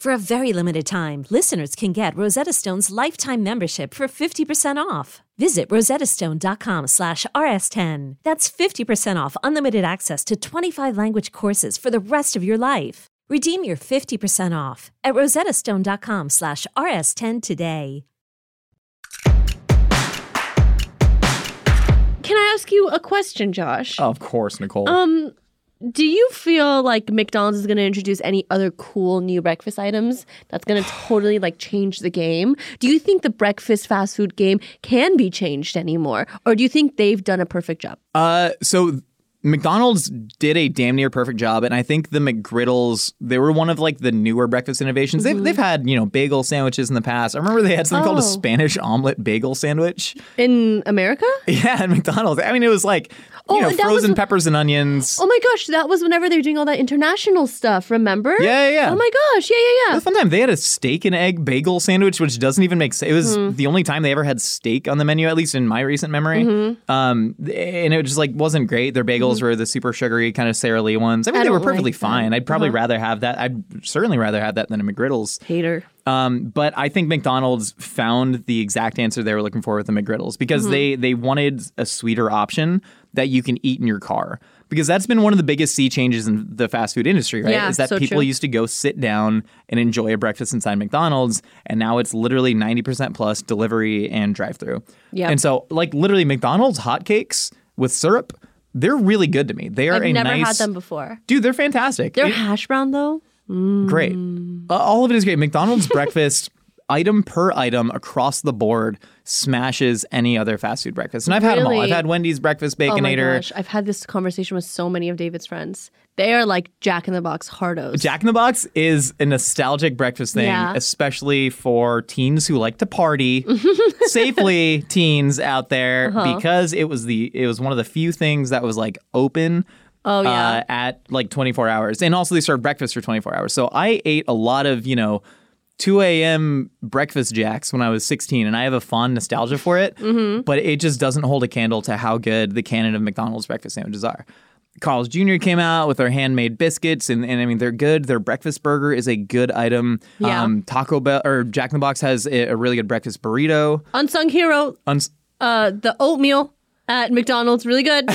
Speaker 5: For a very limited time, listeners can get Rosetta Stone's lifetime membership for 50% off. Visit rosettastone.com slash rs10. That's 50% off unlimited access to 25 language courses for the rest of your life. Redeem your 50% off at rosettastone.com slash rs10 today.
Speaker 4: Can I ask you a question, Josh?
Speaker 3: Of course, Nicole.
Speaker 4: Um, do you feel like McDonald's is going to introduce any other cool new breakfast items that's going to totally like change the game? Do you think the breakfast fast food game can be changed anymore, or do you think they've done a perfect job?
Speaker 3: Uh, so McDonald's did a damn near perfect job, and I think the McGriddles they were one of like the newer breakfast innovations. They've they've had you know bagel sandwiches in the past. I remember they had something called a
Speaker 4: Mm-hmm. Oh.
Speaker 3: Spanish omelet bagel sandwich.
Speaker 4: In America?
Speaker 3: Yeah, at McDonald's. I mean, it was like you
Speaker 4: Oh,
Speaker 3: know
Speaker 4: that was-
Speaker 3: frozen peppers and onions.
Speaker 4: Oh my gosh, that was whenever they were doing all that international stuff, remember?
Speaker 3: Yeah, yeah, yeah.
Speaker 4: Oh my gosh, yeah, yeah, yeah.
Speaker 3: That's fun time. They had a steak and egg bagel sandwich, which doesn't even make sense. It was
Speaker 4: Mm-hmm.
Speaker 3: the only time they ever had steak on the menu, at least in my recent memory.
Speaker 4: Mm-hmm.
Speaker 3: Um, and it just like wasn't great. Their bagels were the super sugary kind of Sara Lee ones. I mean,
Speaker 4: I
Speaker 3: they were
Speaker 4: don't like Uh-huh.
Speaker 3: perfectly
Speaker 4: them.
Speaker 3: fine. I'd probably rather have that. I'd certainly rather have that than a McGriddles.
Speaker 4: Hater.
Speaker 3: Um, but I think McDonald's found the exact answer they were looking for with the McGriddles because
Speaker 4: Mm-hmm.
Speaker 3: they they wanted a sweeter option that you can eat in your car. Because that's been one of the biggest sea changes in the fast food industry, right?
Speaker 4: Yeah,
Speaker 3: Is that
Speaker 4: so
Speaker 3: people
Speaker 4: true.
Speaker 3: used to go sit down and enjoy a breakfast inside McDonald's, and now it's literally 90% plus delivery and drive through.
Speaker 4: Yep.
Speaker 3: And so, like, literally, McDonald's hotcakes with syrup, they're really good to me. They are
Speaker 4: I've
Speaker 3: a
Speaker 4: never
Speaker 3: nice.
Speaker 4: had them before.
Speaker 3: Dude, they're fantastic.
Speaker 4: Their
Speaker 3: It-
Speaker 4: hash brown though?
Speaker 3: great.
Speaker 4: Mm.
Speaker 3: Uh, all of it is great. McDonald's breakfast, item per item across the board, smashes any other fast food breakfast. And I've had them all. I've
Speaker 4: Really?
Speaker 3: had Wendy's breakfast,
Speaker 4: Oh my
Speaker 3: Baconator,
Speaker 4: gosh, I've had this conversation with so many of David's friends. They are like Jack in the Box hardos.
Speaker 3: Jack in the Box is a nostalgic breakfast thing,
Speaker 4: Yeah.
Speaker 3: especially for teens who like to party safely. Teens out there,
Speaker 4: Uh-huh.
Speaker 3: because it was the it was one of the few things that was like open.
Speaker 4: Oh, yeah.
Speaker 3: uh, at like 24 hours, and also they serve breakfast for 24 hours. So I ate a lot of you know. 2 a.m. breakfast jacks when I was 16, and I have a fond nostalgia for it,
Speaker 4: Mm-hmm.
Speaker 3: but it just doesn't hold a candle to how good the canon of McDonald's breakfast sandwiches are. Carl's Jr. came out with their handmade biscuits, and, and I mean they're good. Their breakfast burger is a good item. Um,
Speaker 4: Yeah.
Speaker 3: Taco Bell or Jack in the Box has a, a really good breakfast burrito.
Speaker 4: Unsung hero,
Speaker 3: Uns-
Speaker 4: uh, the oatmeal at McDonald's, really good.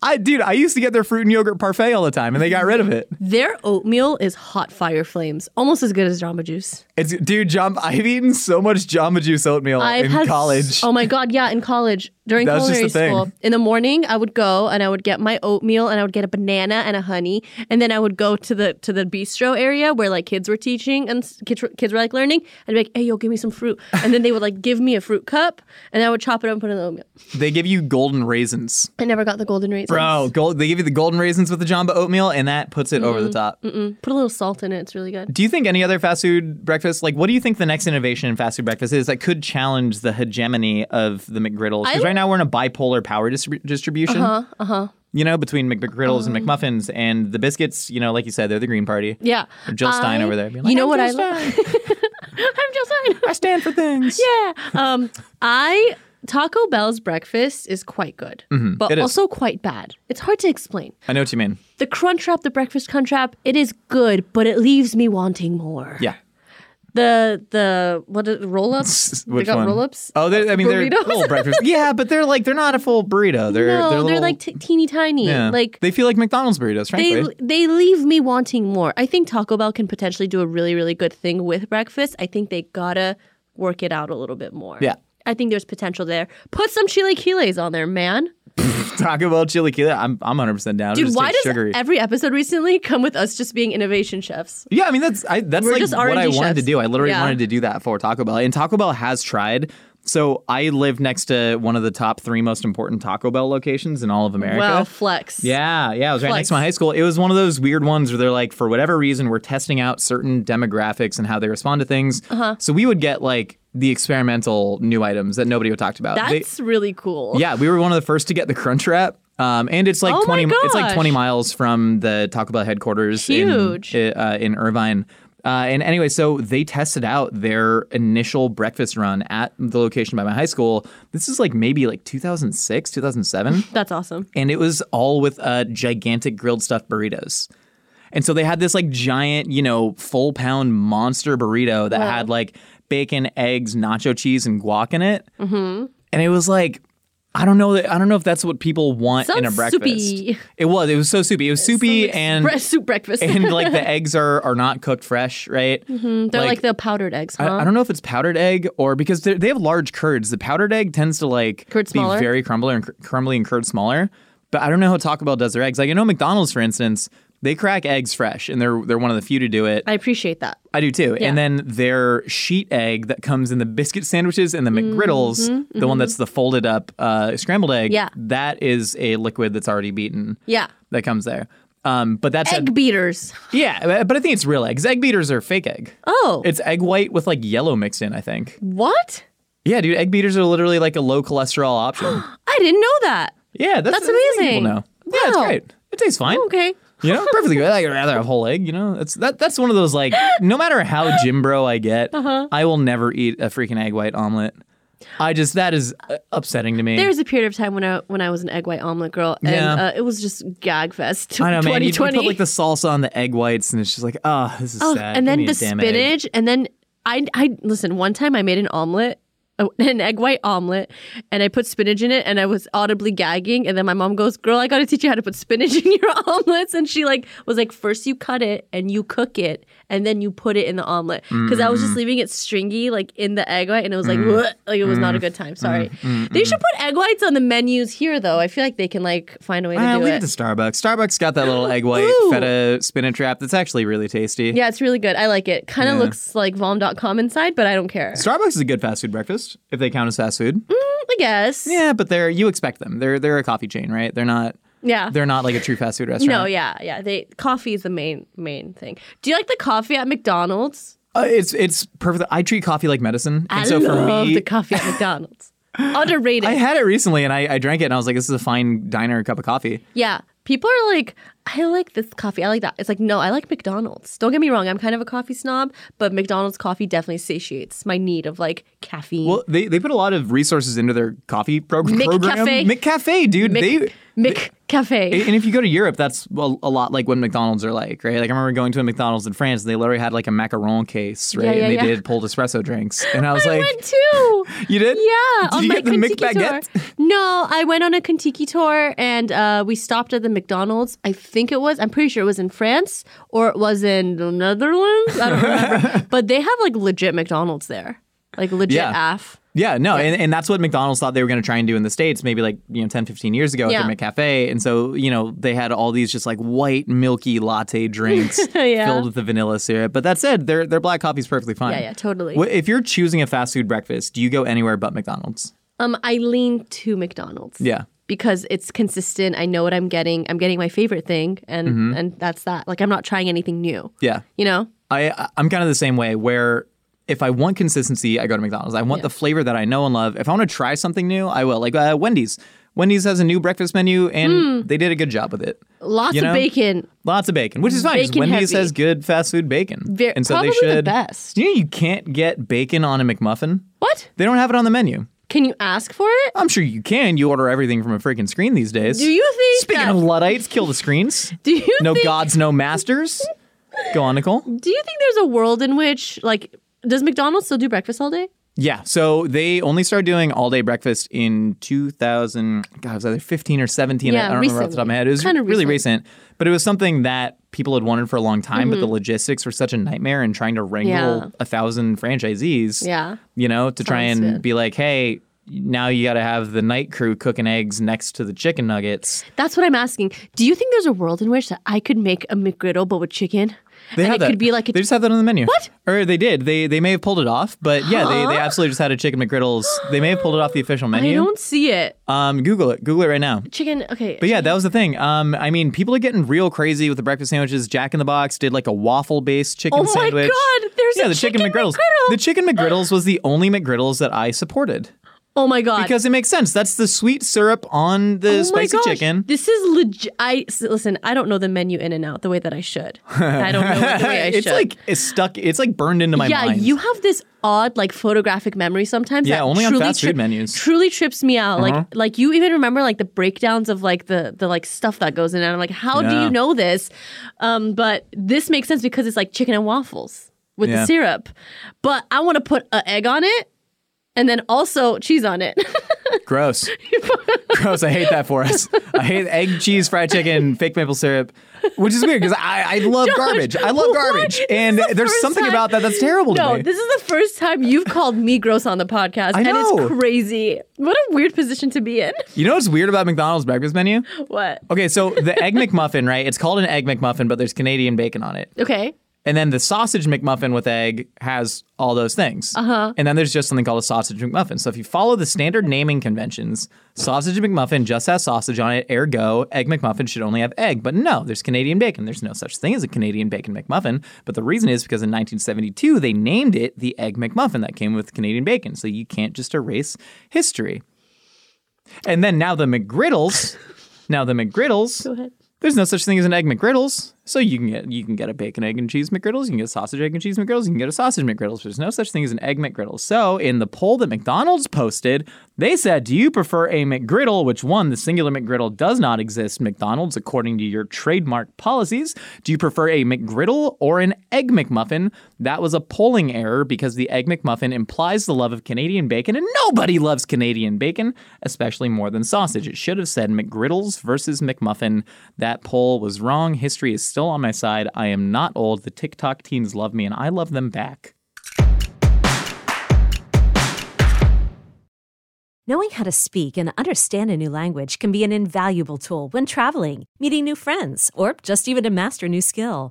Speaker 3: I dude, I used to get their fruit and yogurt parfait all the time, and they got rid of it.
Speaker 4: Their oatmeal is hot fire flames, almost as good as Jamba Juice.
Speaker 3: It's dude, Jamba. I've eaten so much Jamba Juice oatmeal
Speaker 4: I've
Speaker 3: Uh, in
Speaker 4: had s-
Speaker 3: college.
Speaker 4: Oh my god, yeah, in college during
Speaker 3: That was just
Speaker 4: culinary
Speaker 3: the thing.
Speaker 4: school, in the morning I would go and I would get my oatmeal and I would get a banana and a honey, and then I would go to the to the bistro area where like kids were teaching and s- kids were- kids were like learning. I'd be like, hey yo, give me some fruit, and then they would like give me a fruit cup, and I would chop it up and put it in the oatmeal.
Speaker 3: They give you golden raisins.
Speaker 4: I never got the golden raisins.
Speaker 3: Bro, gold, they give you the golden raisins with the Jamba oatmeal, and that puts it over the top.
Speaker 4: put a little salt in it. It's really good.
Speaker 3: Do you think any other fast food breakfast, like what do you think the next innovation in fast food breakfast is that could challenge the hegemony of the McGriddles? Because right now we're in a bipolar power distrib- distribution. Uh huh. Uh-huh. You know, between Mc- McGriddles and McMuffins and the biscuits, you know, like you said, they're the Green Party.
Speaker 4: Um. Yeah,
Speaker 3: Or Jill Stein
Speaker 4: I-
Speaker 3: over there. being
Speaker 4: you
Speaker 3: like,
Speaker 4: know
Speaker 3: "I'm
Speaker 4: what
Speaker 3: Jill
Speaker 4: I love?
Speaker 3: Stein.
Speaker 4: I'm just fine.
Speaker 3: I stand for things.
Speaker 4: Yeah. Um, I Taco Bell's breakfast is quite good, but
Speaker 3: Mm-hmm. it is.
Speaker 4: also quite bad. It's hard to explain.
Speaker 3: I know what you mean.
Speaker 4: The Crunchwrap, the breakfast Crunchwrap, it is good, but it leaves me wanting more.
Speaker 3: Yeah.
Speaker 4: The the what are- roll-ups? they
Speaker 3: Which
Speaker 4: got
Speaker 3: one?
Speaker 4: roll-ups.
Speaker 3: Oh, they're, I mean, they're
Speaker 4: Burritos?
Speaker 3: full breakfast. Yeah, but they're like, they're not a full burrito. They're, they're,
Speaker 4: no, they're,
Speaker 3: little-
Speaker 4: like t- teeny tiny.
Speaker 3: yeah.
Speaker 4: Like
Speaker 3: they feel like McDonald's burritos,
Speaker 4: they
Speaker 3: frankly.
Speaker 4: they leave me wanting more. I think Taco Bell can potentially do a really really good thing with breakfast. I think they gotta work it out a little bit more.
Speaker 3: Yeah.
Speaker 4: I think there's potential there. Put some chilaquiles on there, man.
Speaker 3: Taco Bell chili killer. I'm, I'm 100% down. It
Speaker 4: Dude,
Speaker 3: just
Speaker 4: why
Speaker 3: tastes
Speaker 4: does
Speaker 3: sugary.
Speaker 4: every episode recently come with us just being innovation chefs?
Speaker 3: Yeah, I mean that's I, that's
Speaker 4: We're
Speaker 3: like
Speaker 4: just
Speaker 3: what
Speaker 4: R&D
Speaker 3: I wanted to
Speaker 4: chefs.
Speaker 3: do. I literally
Speaker 4: Yeah.
Speaker 3: wanted to do that for Taco Bell, and Taco Bell has tried. So I live next to one of the top three most important Taco Bell locations in all of America.
Speaker 4: Wow, flex.
Speaker 3: Yeah, yeah. It was right next to my
Speaker 4: Flex.
Speaker 3: high school. It was one of those weird ones where they're like, for whatever reason, we're testing out certain demographics and how they respond to things. Uh-huh. So we would get like the experimental new items that nobody would talked about. They-
Speaker 4: That's really cool.
Speaker 3: yeah, we were one of the first to get the crunch wrap. Um, and it's like
Speaker 4: Oh
Speaker 3: 20
Speaker 4: my
Speaker 3: it's like
Speaker 4: gosh.
Speaker 3: 20 miles from the Taco Bell headquarters
Speaker 4: Huge.
Speaker 3: in uh, in Irvine. Uh, and anyway, so they tested out their initial breakfast run at the location by my high school. This is like maybe like 2006, 2007
Speaker 4: That's awesome.
Speaker 3: and it was all with uh, gigantic grilled stuffed burritos. And so they had this like giant, you know, full pound monster burrito that had like bacon, eggs, nacho cheese, and guac in it. Mm-hmm. And it was like, I don't know. That, I don't know if that's what people want in a
Speaker 4: Sounds
Speaker 3: breakfast.
Speaker 4: soupy.
Speaker 3: It was. It was so soupy. It was soupy and
Speaker 4: Bre- soup breakfast.
Speaker 3: and like the eggs are are not cooked fresh, right?
Speaker 4: Mm-hmm. They're like, the powdered eggs, huh?
Speaker 3: I, I don't know if it's powdered egg or because they're- they have large curds. The powdered egg tends to like
Speaker 4: Curd
Speaker 3: be
Speaker 4: smaller?
Speaker 3: very crumbly and, cr- crumbly and curd smaller. But I don't know how Taco Bell does their eggs. Like I know McDonald's, for instance, they crack eggs fresh, and they're they're one of the few to do it.
Speaker 4: I appreciate that.
Speaker 3: I do too.
Speaker 4: Yeah.
Speaker 3: And then their sheet egg that comes in the biscuit sandwiches and the McGriddles, the one that's the folded up uh, scrambled egg.
Speaker 4: Mm-hmm, Yeah.
Speaker 3: that is a liquid that's already beaten.
Speaker 4: Yeah.
Speaker 3: that comes there. Um, but that's
Speaker 4: Egg beaters.
Speaker 3: yeah, uh, but I think it's real eggs. Egg beaters are fake egg.
Speaker 4: Oh,
Speaker 3: It's egg white with like yellow mixed in, I think.
Speaker 4: what?
Speaker 3: Yeah, dude, egg beaters are literally like a low cholesterol option.
Speaker 4: I didn't know that.
Speaker 3: Yeah, that's,
Speaker 4: That's
Speaker 3: the thing
Speaker 4: amazing.
Speaker 3: People know. Yeah, it's
Speaker 4: Wow.
Speaker 3: great. It tastes fine.
Speaker 4: Okay.
Speaker 3: You know, perfectly good. I'd rather have whole egg. You know, that's that. That's one of those like, no matter how Jim Bro I get,
Speaker 4: Uh-huh.
Speaker 3: I will never eat a freaking egg white omelet. I just that is uh, upsetting to me.
Speaker 4: There was a period of time when I when I was an egg white omelet girl, and
Speaker 3: Yeah.
Speaker 4: uh, it was just gag fest.
Speaker 3: I know, man. You, you
Speaker 4: 2020.
Speaker 3: put like the salsa on the egg whites, and it's just like, oh, this is
Speaker 4: Oh,
Speaker 3: sad.
Speaker 4: and
Speaker 3: Give
Speaker 4: then
Speaker 3: me
Speaker 4: the
Speaker 3: a damn egg.
Speaker 4: spinach, and then I I listen. One time I made an omelet. oh, An egg white omelet, and I put spinach in it, and I was audibly gagging. And then my mom goes, "Girl, I got to teach you how to put spinach in your omelets." And she like was like, first you cut it and you cook it, and then you put it in the omelet." Because I was
Speaker 3: Mm.
Speaker 4: just leaving it stringy, like in the egg white, and it was like, "Bleh," like it was
Speaker 3: Mm.
Speaker 4: not a good time. Sorry. They should put egg whites on the menus here, though. I feel like they can like find a way to
Speaker 3: Ah,
Speaker 4: do
Speaker 3: leave
Speaker 4: it.
Speaker 3: it to Starbucks. Starbucks got that little egg white
Speaker 4: Ooh.
Speaker 3: feta spinach wrap that's actually really tasty.
Speaker 4: yeah, it's really good. I like it. Kind of looks like vom.com inside, but I don't care.
Speaker 3: Starbucks is a good fast food breakfast if they count as fast food.
Speaker 4: I guess.
Speaker 3: Yeah, but they're you expect them. They're they're a coffee chain, right? They're not
Speaker 4: Yeah.
Speaker 3: they're not like a true fast food restaurant.
Speaker 4: no, yeah, yeah. They coffee is the main main thing. Do you like the coffee at McDonald's?
Speaker 3: Uh, it's it's perfect. I treat coffee like medicine, and
Speaker 4: I
Speaker 3: so for
Speaker 4: love
Speaker 3: me,
Speaker 4: the coffee at McDonald's. Underrated.
Speaker 3: I had it recently, and I, I drank it, and I was like, "This is a fine diner cup of coffee."
Speaker 4: yeah. People are like, I like this coffee. I like that. It's like, no, I like McDonald's. Don't get me wrong. I'm kind of a coffee snob, but McDonald's coffee definitely satiates my need of like caffeine.
Speaker 3: Well, they, they put a lot of resources into their coffee pro- program.
Speaker 4: Cafe.
Speaker 3: McCafe, dude.
Speaker 4: Mc,
Speaker 3: they
Speaker 4: Mc Cafe.
Speaker 3: And if you go to Europe, that's a, a lot like what McDonald's are like, right? Like I remember going to a McDonald's in France, and they literally had like a macaron case, right?
Speaker 4: Yeah, yeah,
Speaker 3: and they
Speaker 4: yeah.
Speaker 3: did pulled espresso drinks, and I was
Speaker 4: I
Speaker 3: like,
Speaker 4: went too.
Speaker 3: You did?
Speaker 4: Yeah.
Speaker 3: Did you get the
Speaker 4: Kentucky
Speaker 3: McBaguette?
Speaker 4: tour. No, I went on a Kentucky tour and uh, we stopped at the McDonald's. I think it was. I'm pretty sure it was in France or it was in the Netherlands. I don't remember. but they have like legit McDonald's there, like legit
Speaker 3: Yeah.
Speaker 4: AF.
Speaker 3: Yeah, no, And, and that's what McDonald's thought they were going to try and do in the States maybe like, you know, 10, 15 years ago
Speaker 4: Yeah.
Speaker 3: at their McCafe. And so, you know, they had all these just like white, milky latte drinks
Speaker 4: Yeah.
Speaker 3: filled with the vanilla syrup. But that said, their, their black coffee's perfectly fine.
Speaker 4: Yeah, yeah, totally.
Speaker 3: Wh- If you're choosing a fast food breakfast, do you go anywhere but McDonald's?
Speaker 4: Um, I lean to McDonald's.
Speaker 3: Yeah.
Speaker 4: Because it's consistent. I know what I'm getting. I'm getting my favorite thing, and and that's that. Like I'm not trying anything new.
Speaker 3: Mm-hmm. Yeah.
Speaker 4: You know.
Speaker 3: I, I- I'm kind of the same way where if I want consistency, I go to McDonald's. I want the flavor that I know and love. If I want to try something new, I will. Like uh, Wendy's. Wendy's has a new breakfast menu and they did a good job with it.
Speaker 4: Hmm. Lots
Speaker 3: You know?
Speaker 4: of bacon.
Speaker 3: Lots of bacon, which is fine. 'cause
Speaker 4: Bacon
Speaker 3: Wendy's
Speaker 4: heavy.
Speaker 3: has good fast food bacon,
Speaker 4: Ver-
Speaker 3: and so
Speaker 4: probably
Speaker 3: they should.
Speaker 4: the best.
Speaker 3: Do you know you can't get bacon on a McMuffin?
Speaker 4: What?
Speaker 3: They don't have it on the menu.
Speaker 4: Can you ask for it?
Speaker 3: I'm sure you can. You order everything from a freaking screen these days.
Speaker 4: Do you think
Speaker 3: Speaking
Speaker 4: that-
Speaker 3: of luddites, kill the screens.
Speaker 4: Do you
Speaker 3: no
Speaker 4: think-
Speaker 3: gods, no masters. Go on, Nicole.
Speaker 4: Do you think there's a world in which, like, does McDonald's still do breakfast all day?
Speaker 3: Yeah. So they only started doing all day breakfast in 2000. God, it was either 15 or 17. I- I
Speaker 4: Yeah,
Speaker 3: don't remember off the top of my
Speaker 4: recently.
Speaker 3: head. It was
Speaker 4: Kinda
Speaker 3: really recent, but it was something that people had wanted for a long time. But the logistics were such a nightmare, and trying to wrangle
Speaker 4: Mm-hmm. Yeah.
Speaker 3: a thousand franchisees.
Speaker 4: Yeah.
Speaker 3: you know, to try
Speaker 4: Sounds
Speaker 3: and
Speaker 4: good.
Speaker 3: be like, hey, now you got to have the night crew cooking eggs next to the chicken nuggets.
Speaker 4: That's what I'm asking. Do you think there's a world in which that I could make a McGriddle but with chicken,
Speaker 3: They
Speaker 4: and
Speaker 3: have
Speaker 4: it
Speaker 3: that.
Speaker 4: could be like a
Speaker 3: they just have that on the menu. What? Or they did. They they may have pulled it off, but yeah, they, they absolutely just had a chicken McGriddles. They may have pulled it off the official
Speaker 4: I
Speaker 3: menu.
Speaker 4: don't see it.
Speaker 3: Um, Google it. Google it right now.
Speaker 4: Chicken. Okay.
Speaker 3: But yeah, that was the thing. Um, I mean, people are getting real crazy with the breakfast sandwiches. Jack in the Box did like a waffle based chicken
Speaker 4: Oh my
Speaker 3: sandwich.
Speaker 4: God, there's
Speaker 3: yeah,
Speaker 4: a
Speaker 3: the chicken,
Speaker 4: chicken
Speaker 3: McGriddles.
Speaker 4: McGriddle.
Speaker 3: The chicken McGriddles was the only McGriddles that I supported.
Speaker 4: Oh my god.
Speaker 3: because it makes sense. That's the sweet syrup on the
Speaker 4: Oh my
Speaker 3: spicy
Speaker 4: gosh.
Speaker 3: chicken.
Speaker 4: This is legit. I s- listen. I don't know the menu in and out the way that I should. I don't know it the way I
Speaker 3: it's
Speaker 4: should.
Speaker 3: like it's stuck. It's like burned into my
Speaker 4: yeah,
Speaker 3: mind.
Speaker 4: you have this odd like photographic memory sometimes.
Speaker 3: Yeah,
Speaker 4: that
Speaker 3: only on
Speaker 4: truly
Speaker 3: fast food menus. Uh-huh.
Speaker 4: Truly trips me out. Like like you even remember like the breakdowns of like the the like stuff that goes in. And I'm like, how do
Speaker 3: Yeah.
Speaker 4: you know this? Um, but this makes sense because it's like chicken and waffles with
Speaker 3: Yeah.
Speaker 4: the syrup. But I want to put an egg on it. And then also cheese on it.
Speaker 3: Gross. Gross. I hate that for us. I hate egg, cheese, fried chicken, fake maple syrup, which is weird because I, I love garbage. I love
Speaker 4: what?
Speaker 3: garbage.
Speaker 4: This
Speaker 3: And
Speaker 4: is the
Speaker 3: there's
Speaker 4: first
Speaker 3: something
Speaker 4: time-
Speaker 3: about that that's terrible to
Speaker 4: no,
Speaker 3: me.
Speaker 4: this is the first time you've called me gross on the podcast,
Speaker 3: I
Speaker 4: and
Speaker 3: know.
Speaker 4: it's crazy. What a weird position to be in.
Speaker 3: you know what's weird about McDonald's breakfast menu?
Speaker 4: What?
Speaker 3: Okay, so the egg McMuffin, right? It's called an egg McMuffin, but there's Canadian bacon on it.
Speaker 4: Okay.
Speaker 3: And then the sausage McMuffin with egg has all those things. Uh-huh. And then there's just something called a sausage McMuffin. So if you follow the standard naming conventions, sausage McMuffin just has sausage on it, ergo, egg McMuffin should only have egg. But no, there's Canadian bacon. There's no such thing as a Canadian bacon McMuffin. But the reason is because in 1972, they named it the egg McMuffin that came with Canadian bacon. So you can't just erase history. And then now the McGriddles, now the McGriddles. Go
Speaker 4: ahead.
Speaker 3: There's no such thing as an egg McGriddles, so you can get you can get a bacon egg and cheese McGriddles, you can get a sausage egg and cheese McGriddles, you can get a sausage McGriddles. There's no such thing as an egg McGriddle. So in the poll that McDonald's posted, they said, "Do you prefer a McGriddle?" Which one? The singular McGriddle does not exist. McDonald's, according to your trademark policies, do you prefer a McGriddle or an egg McMuffin? That was a polling error because the egg McMuffin implies the love of Canadian bacon, and nobody loves Canadian bacon, especially more than sausage. It should have said McGriddles versus McMuffin. That poll was wrong. History is still on my side. I am not old. The TikTok teens love me, and I love them back.
Speaker 5: Knowing how to speak and understand a new language can be an invaluable tool when traveling, meeting new friends, or just even to master a new skill.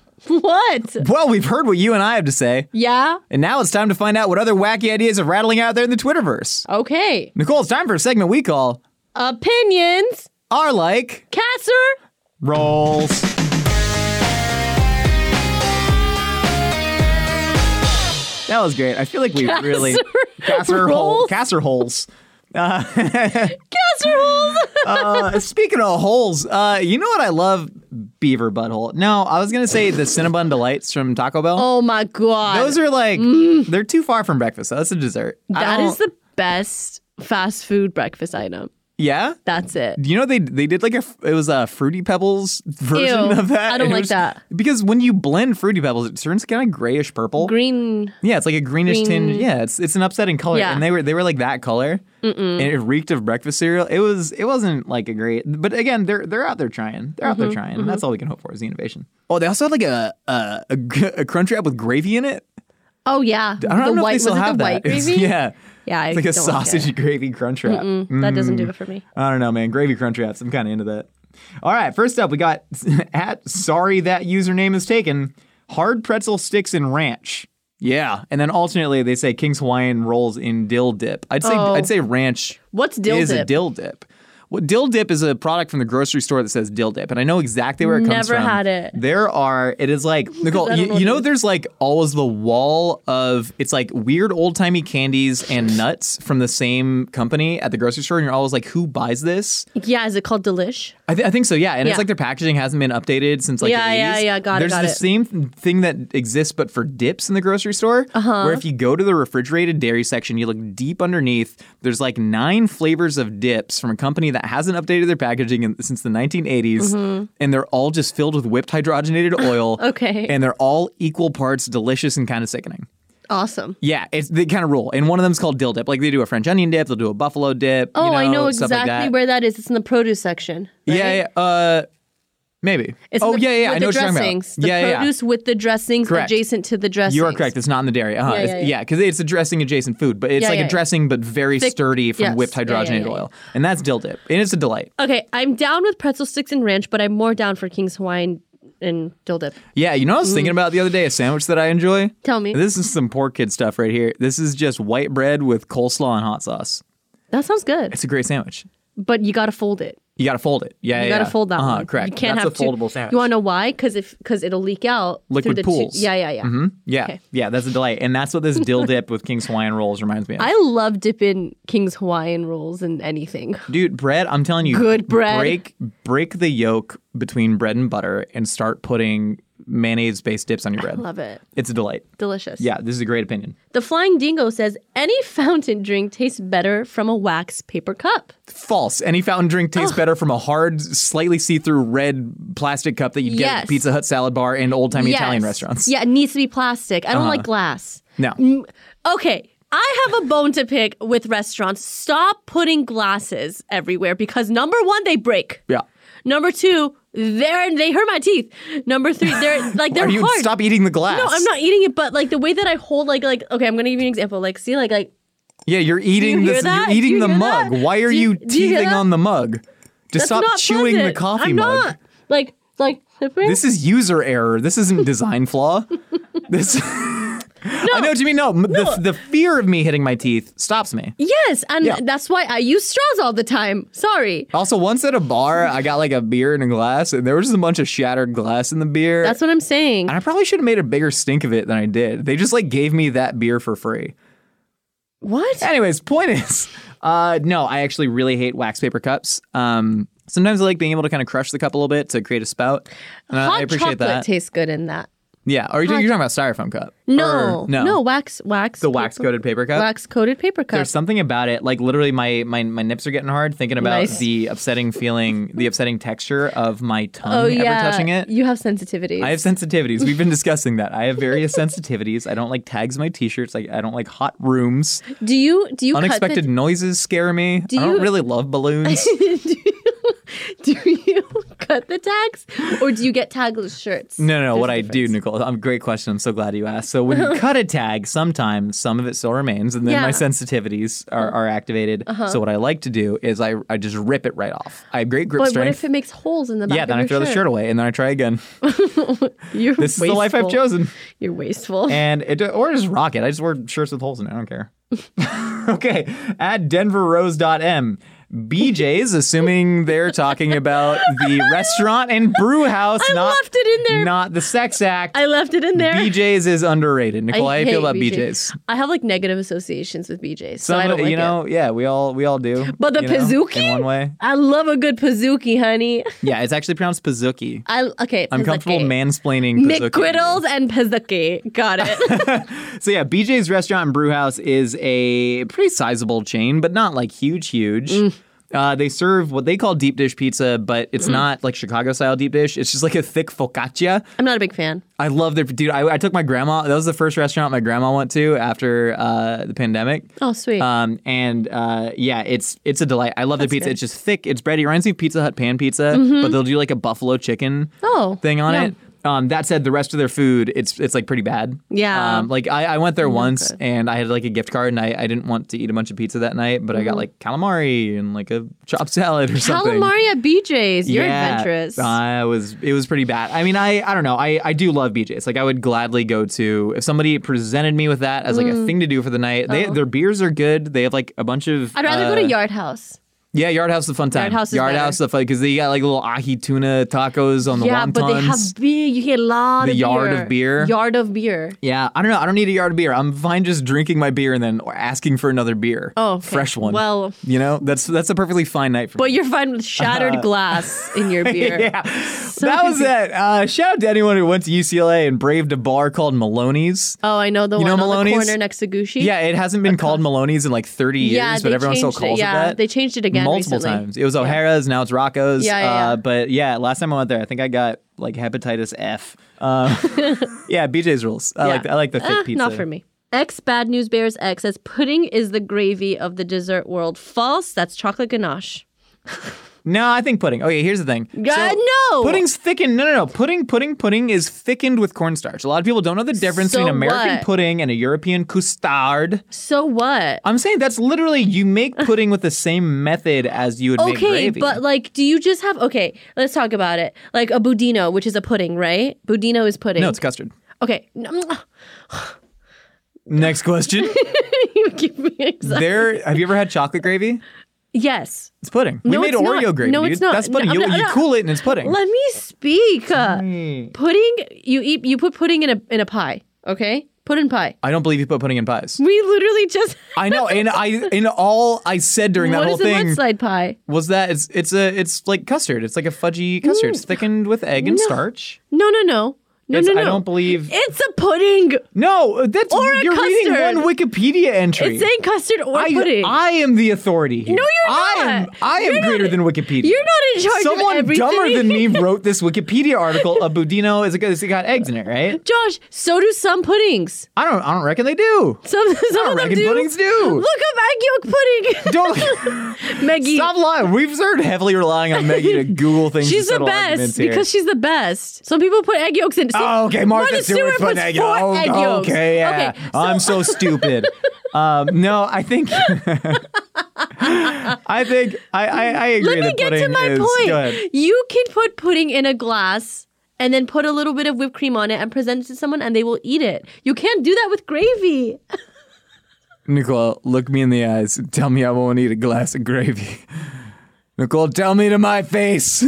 Speaker 4: What?
Speaker 3: well, we've heard what you and I have to say,
Speaker 4: Yeah.
Speaker 3: and now it's time to find out what other wacky ideas are rattling out there in the Twitterverse.
Speaker 4: Okay.
Speaker 3: Nicole, it's time for a segment we call
Speaker 4: Opinions.
Speaker 3: Are Like
Speaker 4: Casser.
Speaker 3: Rolls. That was great. I feel like we really
Speaker 4: Casser
Speaker 3: casser hole,
Speaker 4: rolls?
Speaker 3: casser holes.
Speaker 4: Casser holes.
Speaker 3: Uh, speaking of holes, uh, you know what I love? Beaver butthole. No, I was gonna say the Cinnabon delights from Taco Bell.
Speaker 4: Oh my god. Mm.
Speaker 3: Those are like they're too far from breakfast. So that's a dessert. I
Speaker 4: that
Speaker 3: don't-
Speaker 4: is the best fast food breakfast item.
Speaker 3: yeah.
Speaker 4: That's it.
Speaker 3: You know they they did like a f- it was a fruity pebbles version
Speaker 4: Ew,
Speaker 3: of that.
Speaker 4: I don't
Speaker 3: and it
Speaker 4: like
Speaker 3: was-
Speaker 4: that.
Speaker 3: because when you blend fruity pebbles, it turns kind of grayish purple.
Speaker 4: Green.
Speaker 3: Yeah, it's like a greenish tinge.
Speaker 4: Green.
Speaker 3: Yeah, it's it's an upsetting color,
Speaker 4: Yeah.
Speaker 3: and they were they were like that color, and it reeked of breakfast cereal. It was it wasn't like a great, but again, they're they're out there trying. They're out
Speaker 4: Mm-hmm.
Speaker 3: there trying. That's all we can hope for is the innovation. Oh, they also had like a a, a, g- a crunch wrap with gravy in it.
Speaker 4: Oh yeah.
Speaker 3: I don't
Speaker 4: the
Speaker 3: know if
Speaker 4: white
Speaker 3: they still
Speaker 4: was it
Speaker 3: have
Speaker 4: the
Speaker 3: that.
Speaker 4: white
Speaker 3: It's-
Speaker 4: gravy?
Speaker 3: yeah,
Speaker 4: Yeah, I
Speaker 3: it's like a
Speaker 4: don't like
Speaker 3: sausage
Speaker 4: it.
Speaker 3: gravy crunch wrap.
Speaker 4: That doesn't
Speaker 3: Mm.
Speaker 4: do it for me.
Speaker 3: I don't know, man. Gravy crunch wraps. I'm kind of into that. All right, first up, we got at sorry that username is taken. Hard pretzel sticks and ranch. Yeah, and then alternately they say King's Hawaiian rolls in dill dip. I'd say
Speaker 4: Oh.
Speaker 3: I'd say ranch
Speaker 4: What's dill
Speaker 3: is a
Speaker 4: dip?
Speaker 3: dill dip. Well, dill dip is a product from the grocery store that says dill dip, and I know exactly where it comes
Speaker 4: Never
Speaker 3: from.
Speaker 4: had it.
Speaker 3: There are. It is like Nicole.
Speaker 4: I
Speaker 3: You
Speaker 4: don't know
Speaker 3: know,
Speaker 4: what
Speaker 3: you
Speaker 4: it
Speaker 3: know
Speaker 4: is.
Speaker 3: there's like always the wall of it's like weird old timey candies and nuts from the same company at the grocery store, and you're always like, who buys this?
Speaker 4: yeah, is it called delish?
Speaker 3: I, th- I think so, yeah. And it's
Speaker 4: Yeah.
Speaker 3: like their packaging hasn't been updated since like
Speaker 4: Yeah,
Speaker 3: the 80s.
Speaker 4: yeah, yeah, got it,
Speaker 3: There's
Speaker 4: got
Speaker 3: the
Speaker 4: it.
Speaker 3: same th- thing that exists, but for dips in the grocery store. Uh-huh. Where if you go to the refrigerated dairy section, you look deep underneath. There's like nine flavors of dips from a company that that hasn't updated their packaging in, since the 1980s,
Speaker 4: Mm-hmm.
Speaker 3: and they're all just filled with whipped hydrogenated oil.
Speaker 4: Okay.
Speaker 3: And they're all equal parts delicious and kind of sickening.
Speaker 4: Awesome.
Speaker 3: Yeah, it's they kind of rule. And one of them's called dill dip. Like they do a French onion dip, they'll do a buffalo dip.
Speaker 4: Oh,
Speaker 3: you know,
Speaker 4: I know
Speaker 3: stuff like
Speaker 4: exactly
Speaker 3: that.
Speaker 4: where that is. It's in the produce section. right?
Speaker 3: Yeah, yeah. Uh, maybe.
Speaker 4: It's
Speaker 3: oh,
Speaker 4: the,
Speaker 3: yeah, yeah.
Speaker 4: With
Speaker 3: I know
Speaker 4: the
Speaker 3: what you're talking
Speaker 4: dressings.
Speaker 3: about.
Speaker 4: The
Speaker 3: yeah, yeah, yeah.
Speaker 4: produce with the dressings
Speaker 3: Correct.
Speaker 4: adjacent to the dressings.
Speaker 3: You are correct. It's not in the dairy. Uh-huh.
Speaker 4: Yeah,
Speaker 3: It's-
Speaker 4: yeah, yeah.
Speaker 3: Yeah, because it's a dressing adjacent food, but it's
Speaker 4: Yeah,
Speaker 3: like
Speaker 4: yeah, yeah.
Speaker 3: a dressing, but very
Speaker 4: Thick-
Speaker 3: sturdy from
Speaker 4: yes.
Speaker 3: whipped
Speaker 4: Yeah, yeah,
Speaker 3: hydrogenated
Speaker 4: yeah,
Speaker 3: oil. And that's dill dip. And it's a delight.
Speaker 4: Okay, I'm down with pretzel sticks and ranch, but I'm more down for King's Hawaiian and dill dip.
Speaker 3: Yeah, you know what I was thinking about the other day? A sandwich that I enjoy?
Speaker 4: Mm. Tell me.
Speaker 3: This is some poor kid stuff right here. This is just white bread with coleslaw and hot sauce.
Speaker 4: That sounds good,
Speaker 3: It's a great sandwich.
Speaker 4: but you gotta fold it.
Speaker 3: You got to fold it. Yeah,
Speaker 4: You
Speaker 3: yeah,
Speaker 4: gotta
Speaker 3: yeah.
Speaker 4: fold that
Speaker 3: uh-huh,
Speaker 4: one.
Speaker 3: Correct.
Speaker 4: You can't
Speaker 3: that's
Speaker 4: have
Speaker 3: a
Speaker 4: two.
Speaker 3: foldable sandwich.
Speaker 4: You wanna know why? Because if because it'll leak out
Speaker 3: Liquid
Speaker 4: through the
Speaker 3: pools. Mm-hmm.
Speaker 4: Two. Yeah, yeah, yeah.
Speaker 3: Hmm? Yeah,
Speaker 4: Okay.
Speaker 3: yeah, that's a delight, and that's what this dill dip with King's Hawaiian rolls reminds me of.
Speaker 4: I love dipping King's Hawaiian rolls in anything.
Speaker 3: Dude, bread. I'm telling you,
Speaker 4: Good bread.
Speaker 3: Break break the yolk between bread and butter, and start putting mayonnaise based dips on your bread.
Speaker 4: Love it.
Speaker 3: It's a delight.
Speaker 4: Delicious.
Speaker 3: Yeah, this is a great opinion.
Speaker 4: The Flying Dingo says any fountain drink tastes better from a wax paper cup.
Speaker 3: False. Any fountain drink tastes better from a hard, slightly see through red plastic cup that you get
Speaker 4: Yes.
Speaker 3: at Pizza Hut salad bar and old timey Italian
Speaker 4: Yes.
Speaker 3: restaurants. Uh-huh.
Speaker 4: Yeah, it needs to be plastic. I don't like glass.
Speaker 3: No.
Speaker 4: Mm, Okay. I have a bone to pick with restaurants. Stop putting glasses everywhere because number one, they break.
Speaker 3: Yeah.
Speaker 4: Number two, they're they hurt my teeth. Number three, they're like they're
Speaker 3: Are you
Speaker 4: hard.
Speaker 3: stop eating the glass?
Speaker 4: no, I'm not eating it, but like the way that I hold, like, like okay, I'm gonna give you an example. Like, see, like, like
Speaker 3: Yeah, you're
Speaker 4: you
Speaker 3: eating
Speaker 4: hear
Speaker 3: this.
Speaker 4: that?
Speaker 3: You're eating
Speaker 4: Do you
Speaker 3: the
Speaker 4: hear
Speaker 3: mug.
Speaker 4: that?
Speaker 3: Why are
Speaker 4: Do you-
Speaker 3: you
Speaker 4: do you hear
Speaker 3: teething
Speaker 4: that?
Speaker 3: on the mug? Just
Speaker 4: that's
Speaker 3: stop
Speaker 4: not
Speaker 3: chewing the
Speaker 4: pleasant.
Speaker 3: coffee
Speaker 4: I'm
Speaker 3: mug.
Speaker 4: Not. Like, like
Speaker 3: This is user error. This isn't design flaw. This. I know what you mean. No, m the, the fear of me hitting my teeth stops me.
Speaker 4: yes, and
Speaker 3: Yeah.
Speaker 4: that's why I use straws all the time. Sorry.
Speaker 3: Also, once at a bar, I got like a beer in a glass, and there was just a bunch of shattered glass in the beer.
Speaker 4: That's what I'm saying.
Speaker 3: and I probably should have made a bigger stink of it than I did. They just like gave me that beer for free.
Speaker 4: What?
Speaker 3: Anyways, point is, uh, no, I actually really hate wax paper cups. Um, sometimes I like being able to kind of crush the cup a little bit to create a spout. And I-
Speaker 4: Hot
Speaker 3: I
Speaker 4: chocolate
Speaker 3: appreciate that.
Speaker 4: tastes good in that.
Speaker 3: yeah. Or you're, you're talking about styrofoam cup?
Speaker 4: No,
Speaker 3: Or-
Speaker 4: no,
Speaker 3: no,
Speaker 4: wax, wax.
Speaker 3: The wax coated paper cup.
Speaker 4: wax coated paper cup.
Speaker 3: There's something about it. Like literally, my my, my nips are getting hard thinking about
Speaker 4: Nice.
Speaker 3: the upsetting feeling, the upsetting texture of my tongue
Speaker 4: oh
Speaker 3: ever
Speaker 4: yeah,
Speaker 3: touching it.
Speaker 4: you have sensitivities.
Speaker 3: I have sensitivities. We've been discussing that. I have various sensitivities. I don't like tags on my t-shirts. Like I don't like hot rooms.
Speaker 4: do you do you
Speaker 3: Unexpected noises scare me. I don't
Speaker 4: you-
Speaker 3: really love balloons.
Speaker 4: Cut the, do you cut the tags or do you get tagless shirts?
Speaker 3: No, no, no. What I do, Nicole, I'm great question. I'm so glad you asked. So when you cut a tag, sometimes some of it still remains, and then
Speaker 4: Yeah. Uh-huh.
Speaker 3: my sensitivities are, are activated. So what I like to do is I, I just rip it right off. I have great grip
Speaker 4: But what
Speaker 3: strength.
Speaker 4: if it makes holes in the back?
Speaker 3: yeah, then
Speaker 4: of
Speaker 3: I throw
Speaker 4: your shirt?
Speaker 3: the shirt away, and then I try again.
Speaker 4: You're
Speaker 3: This is the life I've
Speaker 4: wasteful.
Speaker 3: chosen.
Speaker 4: You're wasteful.
Speaker 3: And it or just rock it. I just wear shirts with holes in it. I don't care. okay. At denverrose.m. BJ's, assuming they're talking about the restaurant and brew house,
Speaker 4: I
Speaker 3: not
Speaker 4: left it in there.
Speaker 3: not the sex act.
Speaker 4: I left it in there.
Speaker 3: BJ's is underrated. Nicole,
Speaker 4: I
Speaker 3: I, feel
Speaker 4: hate
Speaker 3: about BJ's.
Speaker 4: I have like negative associations with BJ's, so
Speaker 3: Some
Speaker 4: I
Speaker 3: of
Speaker 4: don't
Speaker 3: it-
Speaker 4: like
Speaker 3: you know, yeah, we all we all do.
Speaker 4: But the
Speaker 3: you know,
Speaker 4: Pizookie?
Speaker 3: in one way.
Speaker 4: I love a good Pazuki, honey.
Speaker 3: Yeah, it's actually pronounced Pizookie.
Speaker 4: I okay.
Speaker 3: I'm
Speaker 4: Pizookie.
Speaker 3: comfortable mansplaining
Speaker 4: Mick
Speaker 3: Pizookie.
Speaker 4: Griddles and Pizookie. Got it.
Speaker 3: So yeah, BJ's Restaurant and Brewhouse is a pretty sizable chain, but not like huge, huge. Uh, they serve what they call deep dish pizza, but it's not like Chicago style deep dish. It's just like a thick focaccia.
Speaker 4: I'm not a big fan.
Speaker 3: I love their dude. I, I took my grandma. That was the first restaurant my grandma went to after uh, the pandemic.
Speaker 4: Oh, sweet.
Speaker 3: Um, and uh, yeah, it's it's a delight. I love the pizza. It's just thick. It's bready. It reminds me of Pizza Hut pan pizza, but they'll do like a buffalo chicken
Speaker 4: Mm-hmm. Oh,
Speaker 3: thing on
Speaker 4: yeah.
Speaker 3: it. Um, that said, the rest of their food, it's it's like pretty bad.
Speaker 4: Yeah. Mm-hmm.
Speaker 3: Um, like I, I went there once and I had like a gift card and I, I didn't want to eat a bunch of pizza that night, but I got like calamari and like a chopped salad or something.
Speaker 4: Mm-hmm. Calamari at BJ's. You're
Speaker 3: Yeah, uh,
Speaker 4: adventurous.
Speaker 3: I was. It was pretty bad. I mean, I I don't know. I I do love BJ's. Like I would gladly go to if somebody presented me with that as like
Speaker 4: Mm.
Speaker 3: a thing to do for the night. They, their beers are good. They have like a bunch of.
Speaker 4: Oh. I'd rather go to
Speaker 3: uh,
Speaker 4: Yard House.
Speaker 3: Yeah, Yard House is a fun time.
Speaker 4: House is
Speaker 3: Yard
Speaker 4: better.
Speaker 3: House is fun because they got like little ahi tuna tacos on the
Speaker 4: Yeah,
Speaker 3: wontons.
Speaker 4: but they have beer. You get a lot
Speaker 3: The
Speaker 4: of
Speaker 3: yard
Speaker 4: beer.
Speaker 3: of beer.
Speaker 4: Yard of beer.
Speaker 3: yeah, I don't know. I don't need a yard of beer. I'm fine just drinking my beer and then asking for another beer.
Speaker 4: Oh, okay.
Speaker 3: fresh one.
Speaker 4: Well-
Speaker 3: you know that's that's a perfectly fine night for me.
Speaker 4: But you're fine with shattered glass in your beer.
Speaker 3: Yeah. that was it. Uh, shout out to anyone who went to UCLA and braved a bar called Maloney's.
Speaker 4: Oh, I know the
Speaker 3: You
Speaker 4: one
Speaker 3: know
Speaker 4: on the
Speaker 3: Maloney's?
Speaker 4: corner next to Gucci.
Speaker 3: Yeah, it hasn't been called Maloney's in like 30 years,
Speaker 4: yeah,
Speaker 3: but
Speaker 4: they
Speaker 3: everyone still
Speaker 4: changed it.
Speaker 3: calls
Speaker 4: yeah,
Speaker 3: it that.
Speaker 4: they changed it again. again
Speaker 3: multiple
Speaker 4: recently.
Speaker 3: times. It was O'Hara's, now it's Rocco's.
Speaker 4: Yeah, yeah, yeah.
Speaker 3: Uh, but yeah, last time I went there, I think I got like hepatitis F. Uh, yeah, BJ's rules. I
Speaker 4: Yeah.
Speaker 3: like I like the thick
Speaker 4: Ah,
Speaker 3: pizza.
Speaker 4: Not for me. X Bad News Bears X says pudding is the gravy of the dessert world. False. That's chocolate ganache.
Speaker 3: No, I think pudding. Okay, here's the thing.
Speaker 4: God, no!
Speaker 3: Pudding's thickened. No, no, no. Pudding, pudding, pudding is thickened with cornstarch. A lot of people don't know the difference
Speaker 4: So
Speaker 3: between American
Speaker 4: what?
Speaker 3: pudding and a European custard.
Speaker 4: So what?
Speaker 3: I'm saying that's literally you make pudding with the same method as you would make
Speaker 4: Okay,
Speaker 3: gravy.
Speaker 4: but like, do you just have okay? Let's talk about it. Like a budino, which is a pudding, right? Budino is pudding.
Speaker 3: no, it's custard.
Speaker 4: okay. Mm,
Speaker 3: Next question.
Speaker 4: you give me anxiety.
Speaker 3: there, have you ever had chocolate gravy?
Speaker 4: Yes.
Speaker 3: It's pudding. We
Speaker 4: No,
Speaker 3: made
Speaker 4: it's
Speaker 3: Oreo
Speaker 4: not.
Speaker 3: gravy.
Speaker 4: No,
Speaker 3: dude.
Speaker 4: it's not.
Speaker 3: That's pudding.
Speaker 4: No,
Speaker 3: you,
Speaker 4: no,
Speaker 3: you
Speaker 4: no.
Speaker 3: cool it and it's pudding.
Speaker 4: Let me speak.
Speaker 3: Mm.
Speaker 4: Pudding. You eat. You put pudding in a in a pie. Okay. Pudding pie.
Speaker 3: I don't believe you put pudding in pies.
Speaker 4: We literally just.
Speaker 3: I know, and I in all I said during that
Speaker 4: what
Speaker 3: whole
Speaker 4: is a
Speaker 3: thing
Speaker 4: mudslide pie?
Speaker 3: was that it's it's a it's like custard. It's like a fudgy custard. It's thickened with egg and starch.
Speaker 4: Mm. No, no, no. No,
Speaker 3: It's-
Speaker 4: no, no.
Speaker 3: I don't believe-
Speaker 4: It's a pudding.
Speaker 3: No, that's
Speaker 4: Or a
Speaker 3: you're reading
Speaker 4: custard.
Speaker 3: one Wikipedia entry.
Speaker 4: It's saying custard or
Speaker 3: I,
Speaker 4: pudding.
Speaker 3: I am the authority here.
Speaker 4: No, you're
Speaker 3: I am
Speaker 4: not.
Speaker 3: I am
Speaker 4: You're not-
Speaker 3: greater than Wikipedia.
Speaker 4: You're not in charge of
Speaker 3: Someone
Speaker 4: everything.
Speaker 3: dumber than me wrote this Wikipedia article of Budino is it got, it's got eggs in it, right?
Speaker 4: Josh, so do some puddings.
Speaker 3: I don't I don't reckon they do.
Speaker 4: Some, some of them
Speaker 3: reckon
Speaker 4: do.
Speaker 3: Ah, puddings do.
Speaker 4: Look up egg yolk pudding.
Speaker 3: Don't
Speaker 4: Meggie.
Speaker 3: Stop lying. We've started heavily relying on Maggie to Google things.
Speaker 4: She's
Speaker 3: to
Speaker 4: the
Speaker 3: settle arguments
Speaker 4: best
Speaker 3: here.
Speaker 4: because she's the best. Some people put egg yolks in. See,
Speaker 3: Oh, okay. Martha
Speaker 4: Martha
Speaker 3: Stewart,
Speaker 4: Stewart
Speaker 3: put
Speaker 4: puts
Speaker 3: egg
Speaker 4: four
Speaker 3: yolk.
Speaker 4: egg
Speaker 3: Oh,
Speaker 4: yolks.
Speaker 3: Okay, yeah.
Speaker 4: Okay,
Speaker 3: I'm so stupid. um, no, I think. I think I I, I agree.
Speaker 4: Let me
Speaker 3: that
Speaker 4: get to
Speaker 3: pudding
Speaker 4: my
Speaker 3: is, Go ahead.
Speaker 4: point. You can put pudding in a glass and then put a little bit of whipped cream on it and present it to someone and they will eat it. You can't do that with gravy.
Speaker 3: Nicole, look me in the eyes and tell me I won't eat a glass of gravy. Nicole, tell me to my face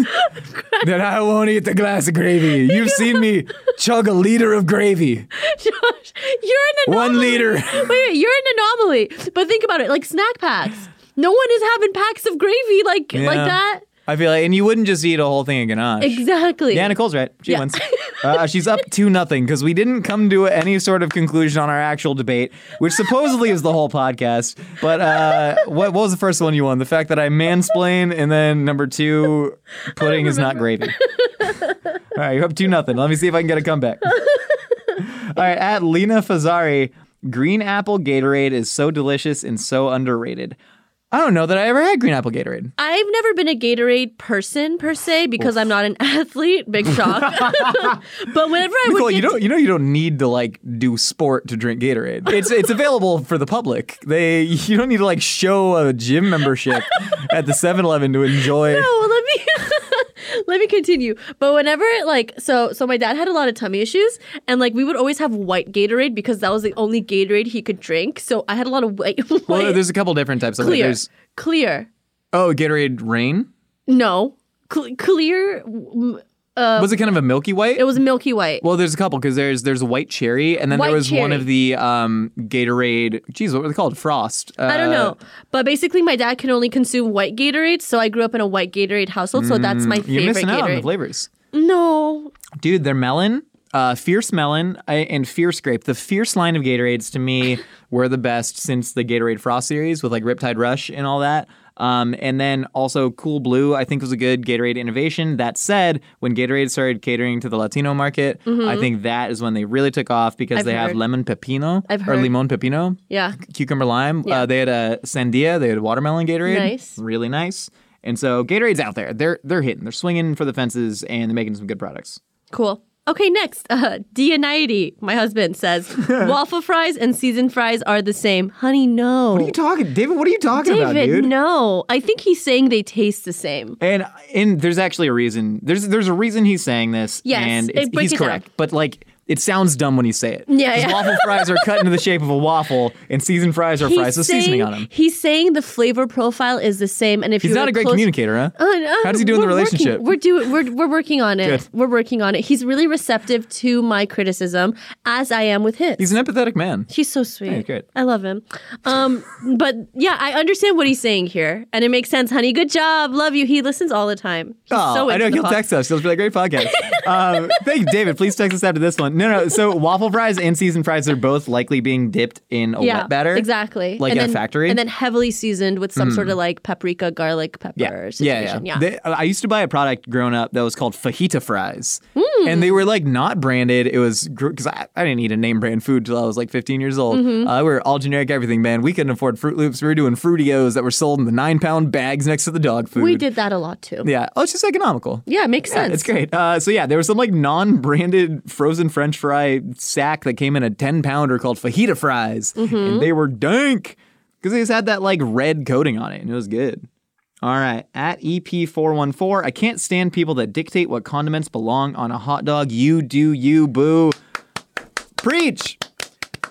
Speaker 3: that I won't eat the glass of gravy. You've seen me chug a liter of gravy.
Speaker 4: Josh, you're an
Speaker 3: One
Speaker 4: anomaly.
Speaker 3: liter.
Speaker 4: Wait, wait, you're an anomaly. But think about it, like snack packs. No one is having packs of gravy like like
Speaker 3: Yeah.
Speaker 4: that.
Speaker 3: I feel like, and you wouldn't just eat a whole thing of ganache.
Speaker 4: Exactly.
Speaker 3: Yeah, Nicole's right. She
Speaker 4: Yeah.
Speaker 3: wins. Uh, she's up two nothing because we didn't come to any sort of conclusion on our actual debate, which supposedly is the whole podcast. But uh, what, what was the first one you won? The fact that I mansplain, and then number two, pudding is not gravy. All right, you're up two nothing. Let me see if I can get a comeback. All right, at Lena Fazari, green apple Gatorade is so delicious and so underrated. I don't know that I ever had green apple Gatorade.
Speaker 4: I've never been a Gatorade person per se because I'm not an athlete. Big shock. but whenever I
Speaker 3: Nicole,
Speaker 4: would get
Speaker 3: you don't you know you don't need to like do sport to drink Gatorade. It's it's available for the public. They you don't need to like show a gym membership at the 7-Eleven to enjoy.
Speaker 4: No, Oh, let me let me continue. But whenever like so so my dad had a lot of tummy issues and like we would always have white Gatorade because that was the only Gatorade he could drink. So I had a lot of white, white
Speaker 3: Well, there's a couple different types of it.
Speaker 4: clear.
Speaker 3: There's
Speaker 4: clear.
Speaker 3: oh, Gatorade Rain.
Speaker 4: No. Cl- clear mm,
Speaker 3: was it kind of a milky white?
Speaker 4: it was milky white.
Speaker 3: well, there's a couple because there's there's white cherry, and then
Speaker 4: White
Speaker 3: there was one
Speaker 4: cherry.
Speaker 3: of the um, Gatorade. Geez, what were they called? Frost. Uh,
Speaker 4: I don't know. But basically my dad can only consume white Gatorade, so I grew up in a white Gatorade household, so that's my
Speaker 3: Mm, You're
Speaker 4: favorite
Speaker 3: missing out on the
Speaker 4: Gatorade.
Speaker 3: flavors.
Speaker 4: no.
Speaker 3: Dude, they're melon, uh, fierce melon, I- and fierce grape. The fierce line of Gatorades to me were the best since the Gatorade Frost series with like Riptide Rush and all that. Um, and then also Cool Blue, I think was a good Gatorade innovation. That said, when Gatorade started catering to the Latino market, I think that is when they really took off because
Speaker 4: Mm-hmm. I've
Speaker 3: they have
Speaker 4: heard.
Speaker 3: lemon pepino
Speaker 4: I've
Speaker 3: or
Speaker 4: heard.
Speaker 3: limon pepino
Speaker 4: Yeah.
Speaker 3: cucumber lime.
Speaker 4: Yeah.
Speaker 3: Uh, they had a sandia. They had watermelon Gatorade.
Speaker 4: Nice.
Speaker 3: really nice. And so Gatorade's out there. They're they're hitting. They're swinging for the fences, and they're making some good products.
Speaker 4: Cool. Okay, next, uh, Dianite, my husband says, waffle fries and seasoned fries are the same. Honey, no.
Speaker 3: What are you talking, David? What are you talking
Speaker 4: David,
Speaker 3: about, dude?
Speaker 4: no. I think he's saying they taste the same.
Speaker 3: And and there's actually a reason. There's there's a reason he's saying this.
Speaker 4: Yes,
Speaker 3: and it's,
Speaker 4: break
Speaker 3: he's
Speaker 4: it down.
Speaker 3: correct. But like. It sounds dumb when you say it.
Speaker 4: Yeah,
Speaker 3: 'Cause
Speaker 4: yeah.
Speaker 3: waffle fries are cut into the shape of a waffle, and seasoned fries are fries with
Speaker 4: saying,
Speaker 3: seasoning on them.
Speaker 4: He's saying the flavor profile is the same, and if
Speaker 3: He's
Speaker 4: you
Speaker 3: not
Speaker 4: were
Speaker 3: a great
Speaker 4: close-
Speaker 3: communicator, huh?
Speaker 4: Uh, uh,
Speaker 3: How does he do in the
Speaker 4: we're working-
Speaker 3: relationship?
Speaker 4: we're doing we're we're working on it.
Speaker 3: Good.
Speaker 4: We're working on it. He's really receptive to my criticism, as I am with his.
Speaker 3: He's an empathetic man.
Speaker 4: He's so sweet.
Speaker 3: good.
Speaker 4: I love him. Um, but yeah, I understand what he's saying here, and it makes sense, honey. Good job. Love you. He listens all the time. He's
Speaker 3: Oh,
Speaker 4: so
Speaker 3: I
Speaker 4: into
Speaker 3: know
Speaker 4: the
Speaker 3: he'll
Speaker 4: pod-
Speaker 3: text us. He'll be like, "Great podcast." um, thank you, Uh, David. Please text us after this one. no, no. So waffle fries and seasoned fries are both likely being dipped in a wet batter.
Speaker 4: exactly.
Speaker 3: Like
Speaker 4: and
Speaker 3: in a
Speaker 4: then,
Speaker 3: factory. Hmm.
Speaker 4: and then heavily seasoned with some sort of like paprika, garlic, pepper
Speaker 3: yeah. yeah,
Speaker 4: situation.
Speaker 3: yeah. They- I used to buy a product growing up that was called fajita fries, and
Speaker 4: Mm.
Speaker 3: they were like not branded. It was because I, I didn't eat a name brand food till I was like 15 years old.
Speaker 4: Mm-hmm.
Speaker 3: Uh, we were all generic everything, man. We couldn't afford Fruit Loops. We were doing Fruitios that were sold in the nine pound bags next to the dog food.
Speaker 4: we did that a lot too.
Speaker 3: Yeah. Oh, it's just economical.
Speaker 4: Yeah, it makes
Speaker 3: Yeah,
Speaker 4: sense.
Speaker 3: It's great. Uh, so yeah, there was some like non-branded frozen French fry sack that came in a ten pounder called fajita fries,
Speaker 4: Mm-hmm.
Speaker 3: and they were dank because they just had that like red coating on it, and it was good. All right, at EP four one four, I can't stand people that dictate what condiments belong on a hot dog. You do you, boo. Preach.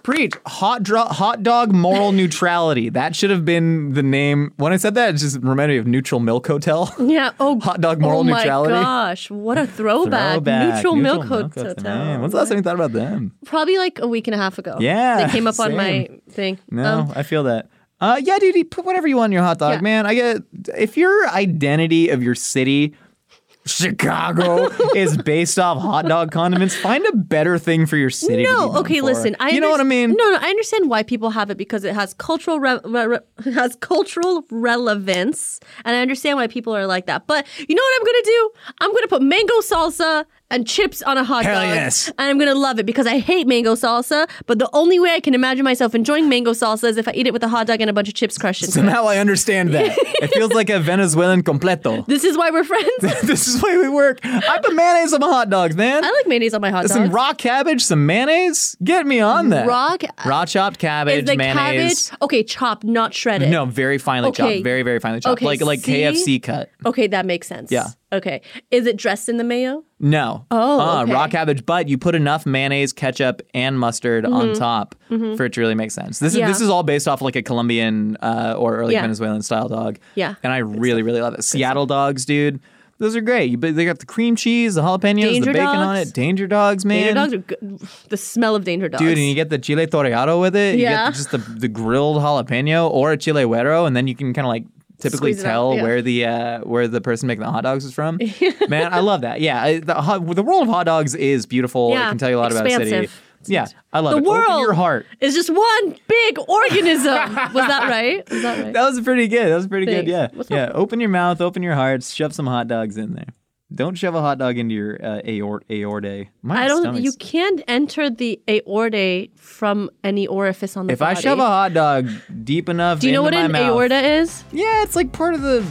Speaker 3: Preach hot, dro- hot dog moral neutrality. That should have been the name. When I said that, it just reminded me of Neutral Milk Hotel.
Speaker 4: Yeah. Oh,
Speaker 3: Hot dog moral
Speaker 4: oh
Speaker 3: neutrality.
Speaker 4: my gosh, what a throwback!
Speaker 3: Throwback.
Speaker 4: Neutral, milk, hotel.
Speaker 3: Man, When's the last time you thought about them?
Speaker 4: Probably like a week and a half ago.
Speaker 3: Yeah,
Speaker 4: they came up on my thing. Um,
Speaker 3: No, I feel that. Uh, yeah, dude, you put whatever you want in your hot dog,
Speaker 4: Yeah.
Speaker 3: man. I get if your identity of your city, Chicago, is based off hot dog condiments. Find a better thing for your city. to be
Speaker 4: No,
Speaker 3: known
Speaker 4: okay,
Speaker 3: for.
Speaker 4: listen. I
Speaker 3: you know
Speaker 4: underst-
Speaker 3: what I mean?
Speaker 4: No, no, I understand why people have it because it has cultural re- re- re- has cultural relevance, and I understand why people are like that. But you know what I'm gonna do? I'm gonna put mango salsa and chips on a hot
Speaker 3: Hell
Speaker 4: dog,
Speaker 3: yes.
Speaker 4: and I'm gonna love it because I hate mango salsa. But the only way I can imagine myself enjoying mango salsa is if I eat it with a hot dog and a bunch of chips crushed into
Speaker 3: So
Speaker 4: it.
Speaker 3: now I understand that. it feels like a Venezuelan completo.
Speaker 4: This is why we're friends.
Speaker 3: this is why we work. I put mayonnaise on my hot dogs, man.
Speaker 4: I like mayonnaise on my hot
Speaker 3: some
Speaker 4: dogs.
Speaker 3: raw cabbage, some mayonnaise. Get me on that.
Speaker 4: Raw ca-
Speaker 3: raw chopped cabbage,
Speaker 4: is the
Speaker 3: mayonnaise.
Speaker 4: cabbage okay? Chopped, not shredded.
Speaker 3: No, very finely
Speaker 4: Okay.
Speaker 3: chopped. Very, very finely chopped.
Speaker 4: Okay,
Speaker 3: like like
Speaker 4: see?
Speaker 3: KFC cut.
Speaker 4: Okay, that makes sense.
Speaker 3: Yeah.
Speaker 4: Okay. Is it dressed in the mayo?
Speaker 3: No.
Speaker 4: Oh,
Speaker 3: Uh,
Speaker 4: okay.
Speaker 3: raw cabbage, but you put enough mayonnaise, ketchup, and mustard on top for it to really make sense. This
Speaker 4: Mm-hmm. Yeah.
Speaker 3: is this is all based off like a Colombian uh, or early
Speaker 4: Yeah.
Speaker 3: Venezuelan style dog.
Speaker 4: Yeah.
Speaker 3: And I really, really love it. Seattle dogs, dude. Those are great. You- They got the cream cheese, the jalapenos,
Speaker 4: Danger
Speaker 3: the bacon on
Speaker 4: dogs.
Speaker 3: it. Danger dogs, man.
Speaker 4: Danger dogs are good. The smell of danger dogs.
Speaker 3: Dude, and you get the chile torreado with it. You
Speaker 4: Yeah.
Speaker 3: get just the, the grilled jalapeno or a chile güero, and then you can kind of like typically
Speaker 4: Squeeze it out,
Speaker 3: tell
Speaker 4: yeah.
Speaker 3: where the uh, where the person making the hot dogs is from. Man, I love that. Yeah, I, the, hot- the world of hot dogs is beautiful.
Speaker 4: Yeah,
Speaker 3: It can tell you a lot about a city.
Speaker 4: expansive.
Speaker 3: Yeah, I love
Speaker 4: the
Speaker 3: it.
Speaker 4: world
Speaker 3: Open your heart.
Speaker 4: is just one big organism. Was that right? Was that right?
Speaker 3: That was pretty good. That was pretty good.
Speaker 4: Thanks.
Speaker 3: Yeah,
Speaker 4: What's
Speaker 3: yeah. Open your mouth. Open your hearts. Shove some hot dogs in there. Don't shove a hot dog into your uh, aort aorta. My
Speaker 4: I don't.
Speaker 3: stomach's-
Speaker 4: You can't enter the aorta from any orifice on the
Speaker 3: If
Speaker 4: body.
Speaker 3: I shove a hot dog deep enough,
Speaker 4: do you know what
Speaker 3: into my
Speaker 4: an
Speaker 3: mouth-
Speaker 4: aorta is?
Speaker 3: Yeah, it's like part of the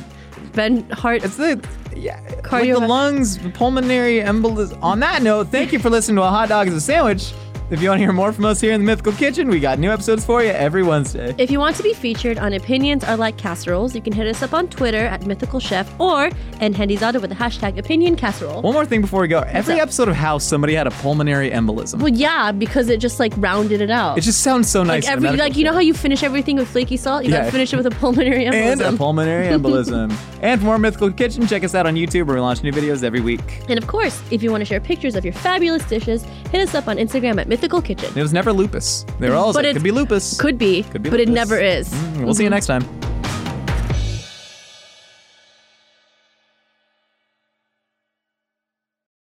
Speaker 4: Ben heart.
Speaker 3: It's the yeah,
Speaker 4: Cardio-
Speaker 3: like the lungs, the pulmonary embolism. On that note, thank you for listening to a hot dog is a sandwich. If you want to hear more from us here in the Mythical Kitchen, we got new episodes for you every Wednesday.
Speaker 4: If you want to be featured on Opinions Are Like Casseroles, you can hit us up on Twitter at Mythical Chef or Hendyzada with the hashtag Opinion Casserole.
Speaker 3: One more thing before we go. Every
Speaker 4: up?
Speaker 3: episode of House, somebody had a pulmonary embolism.
Speaker 4: Well, yeah, because it just like rounded it out.
Speaker 3: It just sounds so nice.
Speaker 4: like
Speaker 3: in a
Speaker 4: every
Speaker 3: medical
Speaker 4: like you know
Speaker 3: field.
Speaker 4: how you finish everything with flaky salt, you
Speaker 3: Yeah.
Speaker 4: gotta finish it with a pulmonary embolism.
Speaker 3: and a pulmonary embolism. And for more Mythical Kitchen, check us out on YouTube where we launch new videos every week.
Speaker 4: And of course, if you want to share pictures of your fabulous dishes, hit us up on Instagram at Mythical Kitchen.
Speaker 3: It was never lupus. They were always
Speaker 4: But
Speaker 3: like,
Speaker 4: it's-
Speaker 3: could be lupus.
Speaker 4: Could be,
Speaker 3: Could be
Speaker 4: but it
Speaker 3: lupus.
Speaker 4: never is. Mm-hmm.
Speaker 3: We'll see you next time.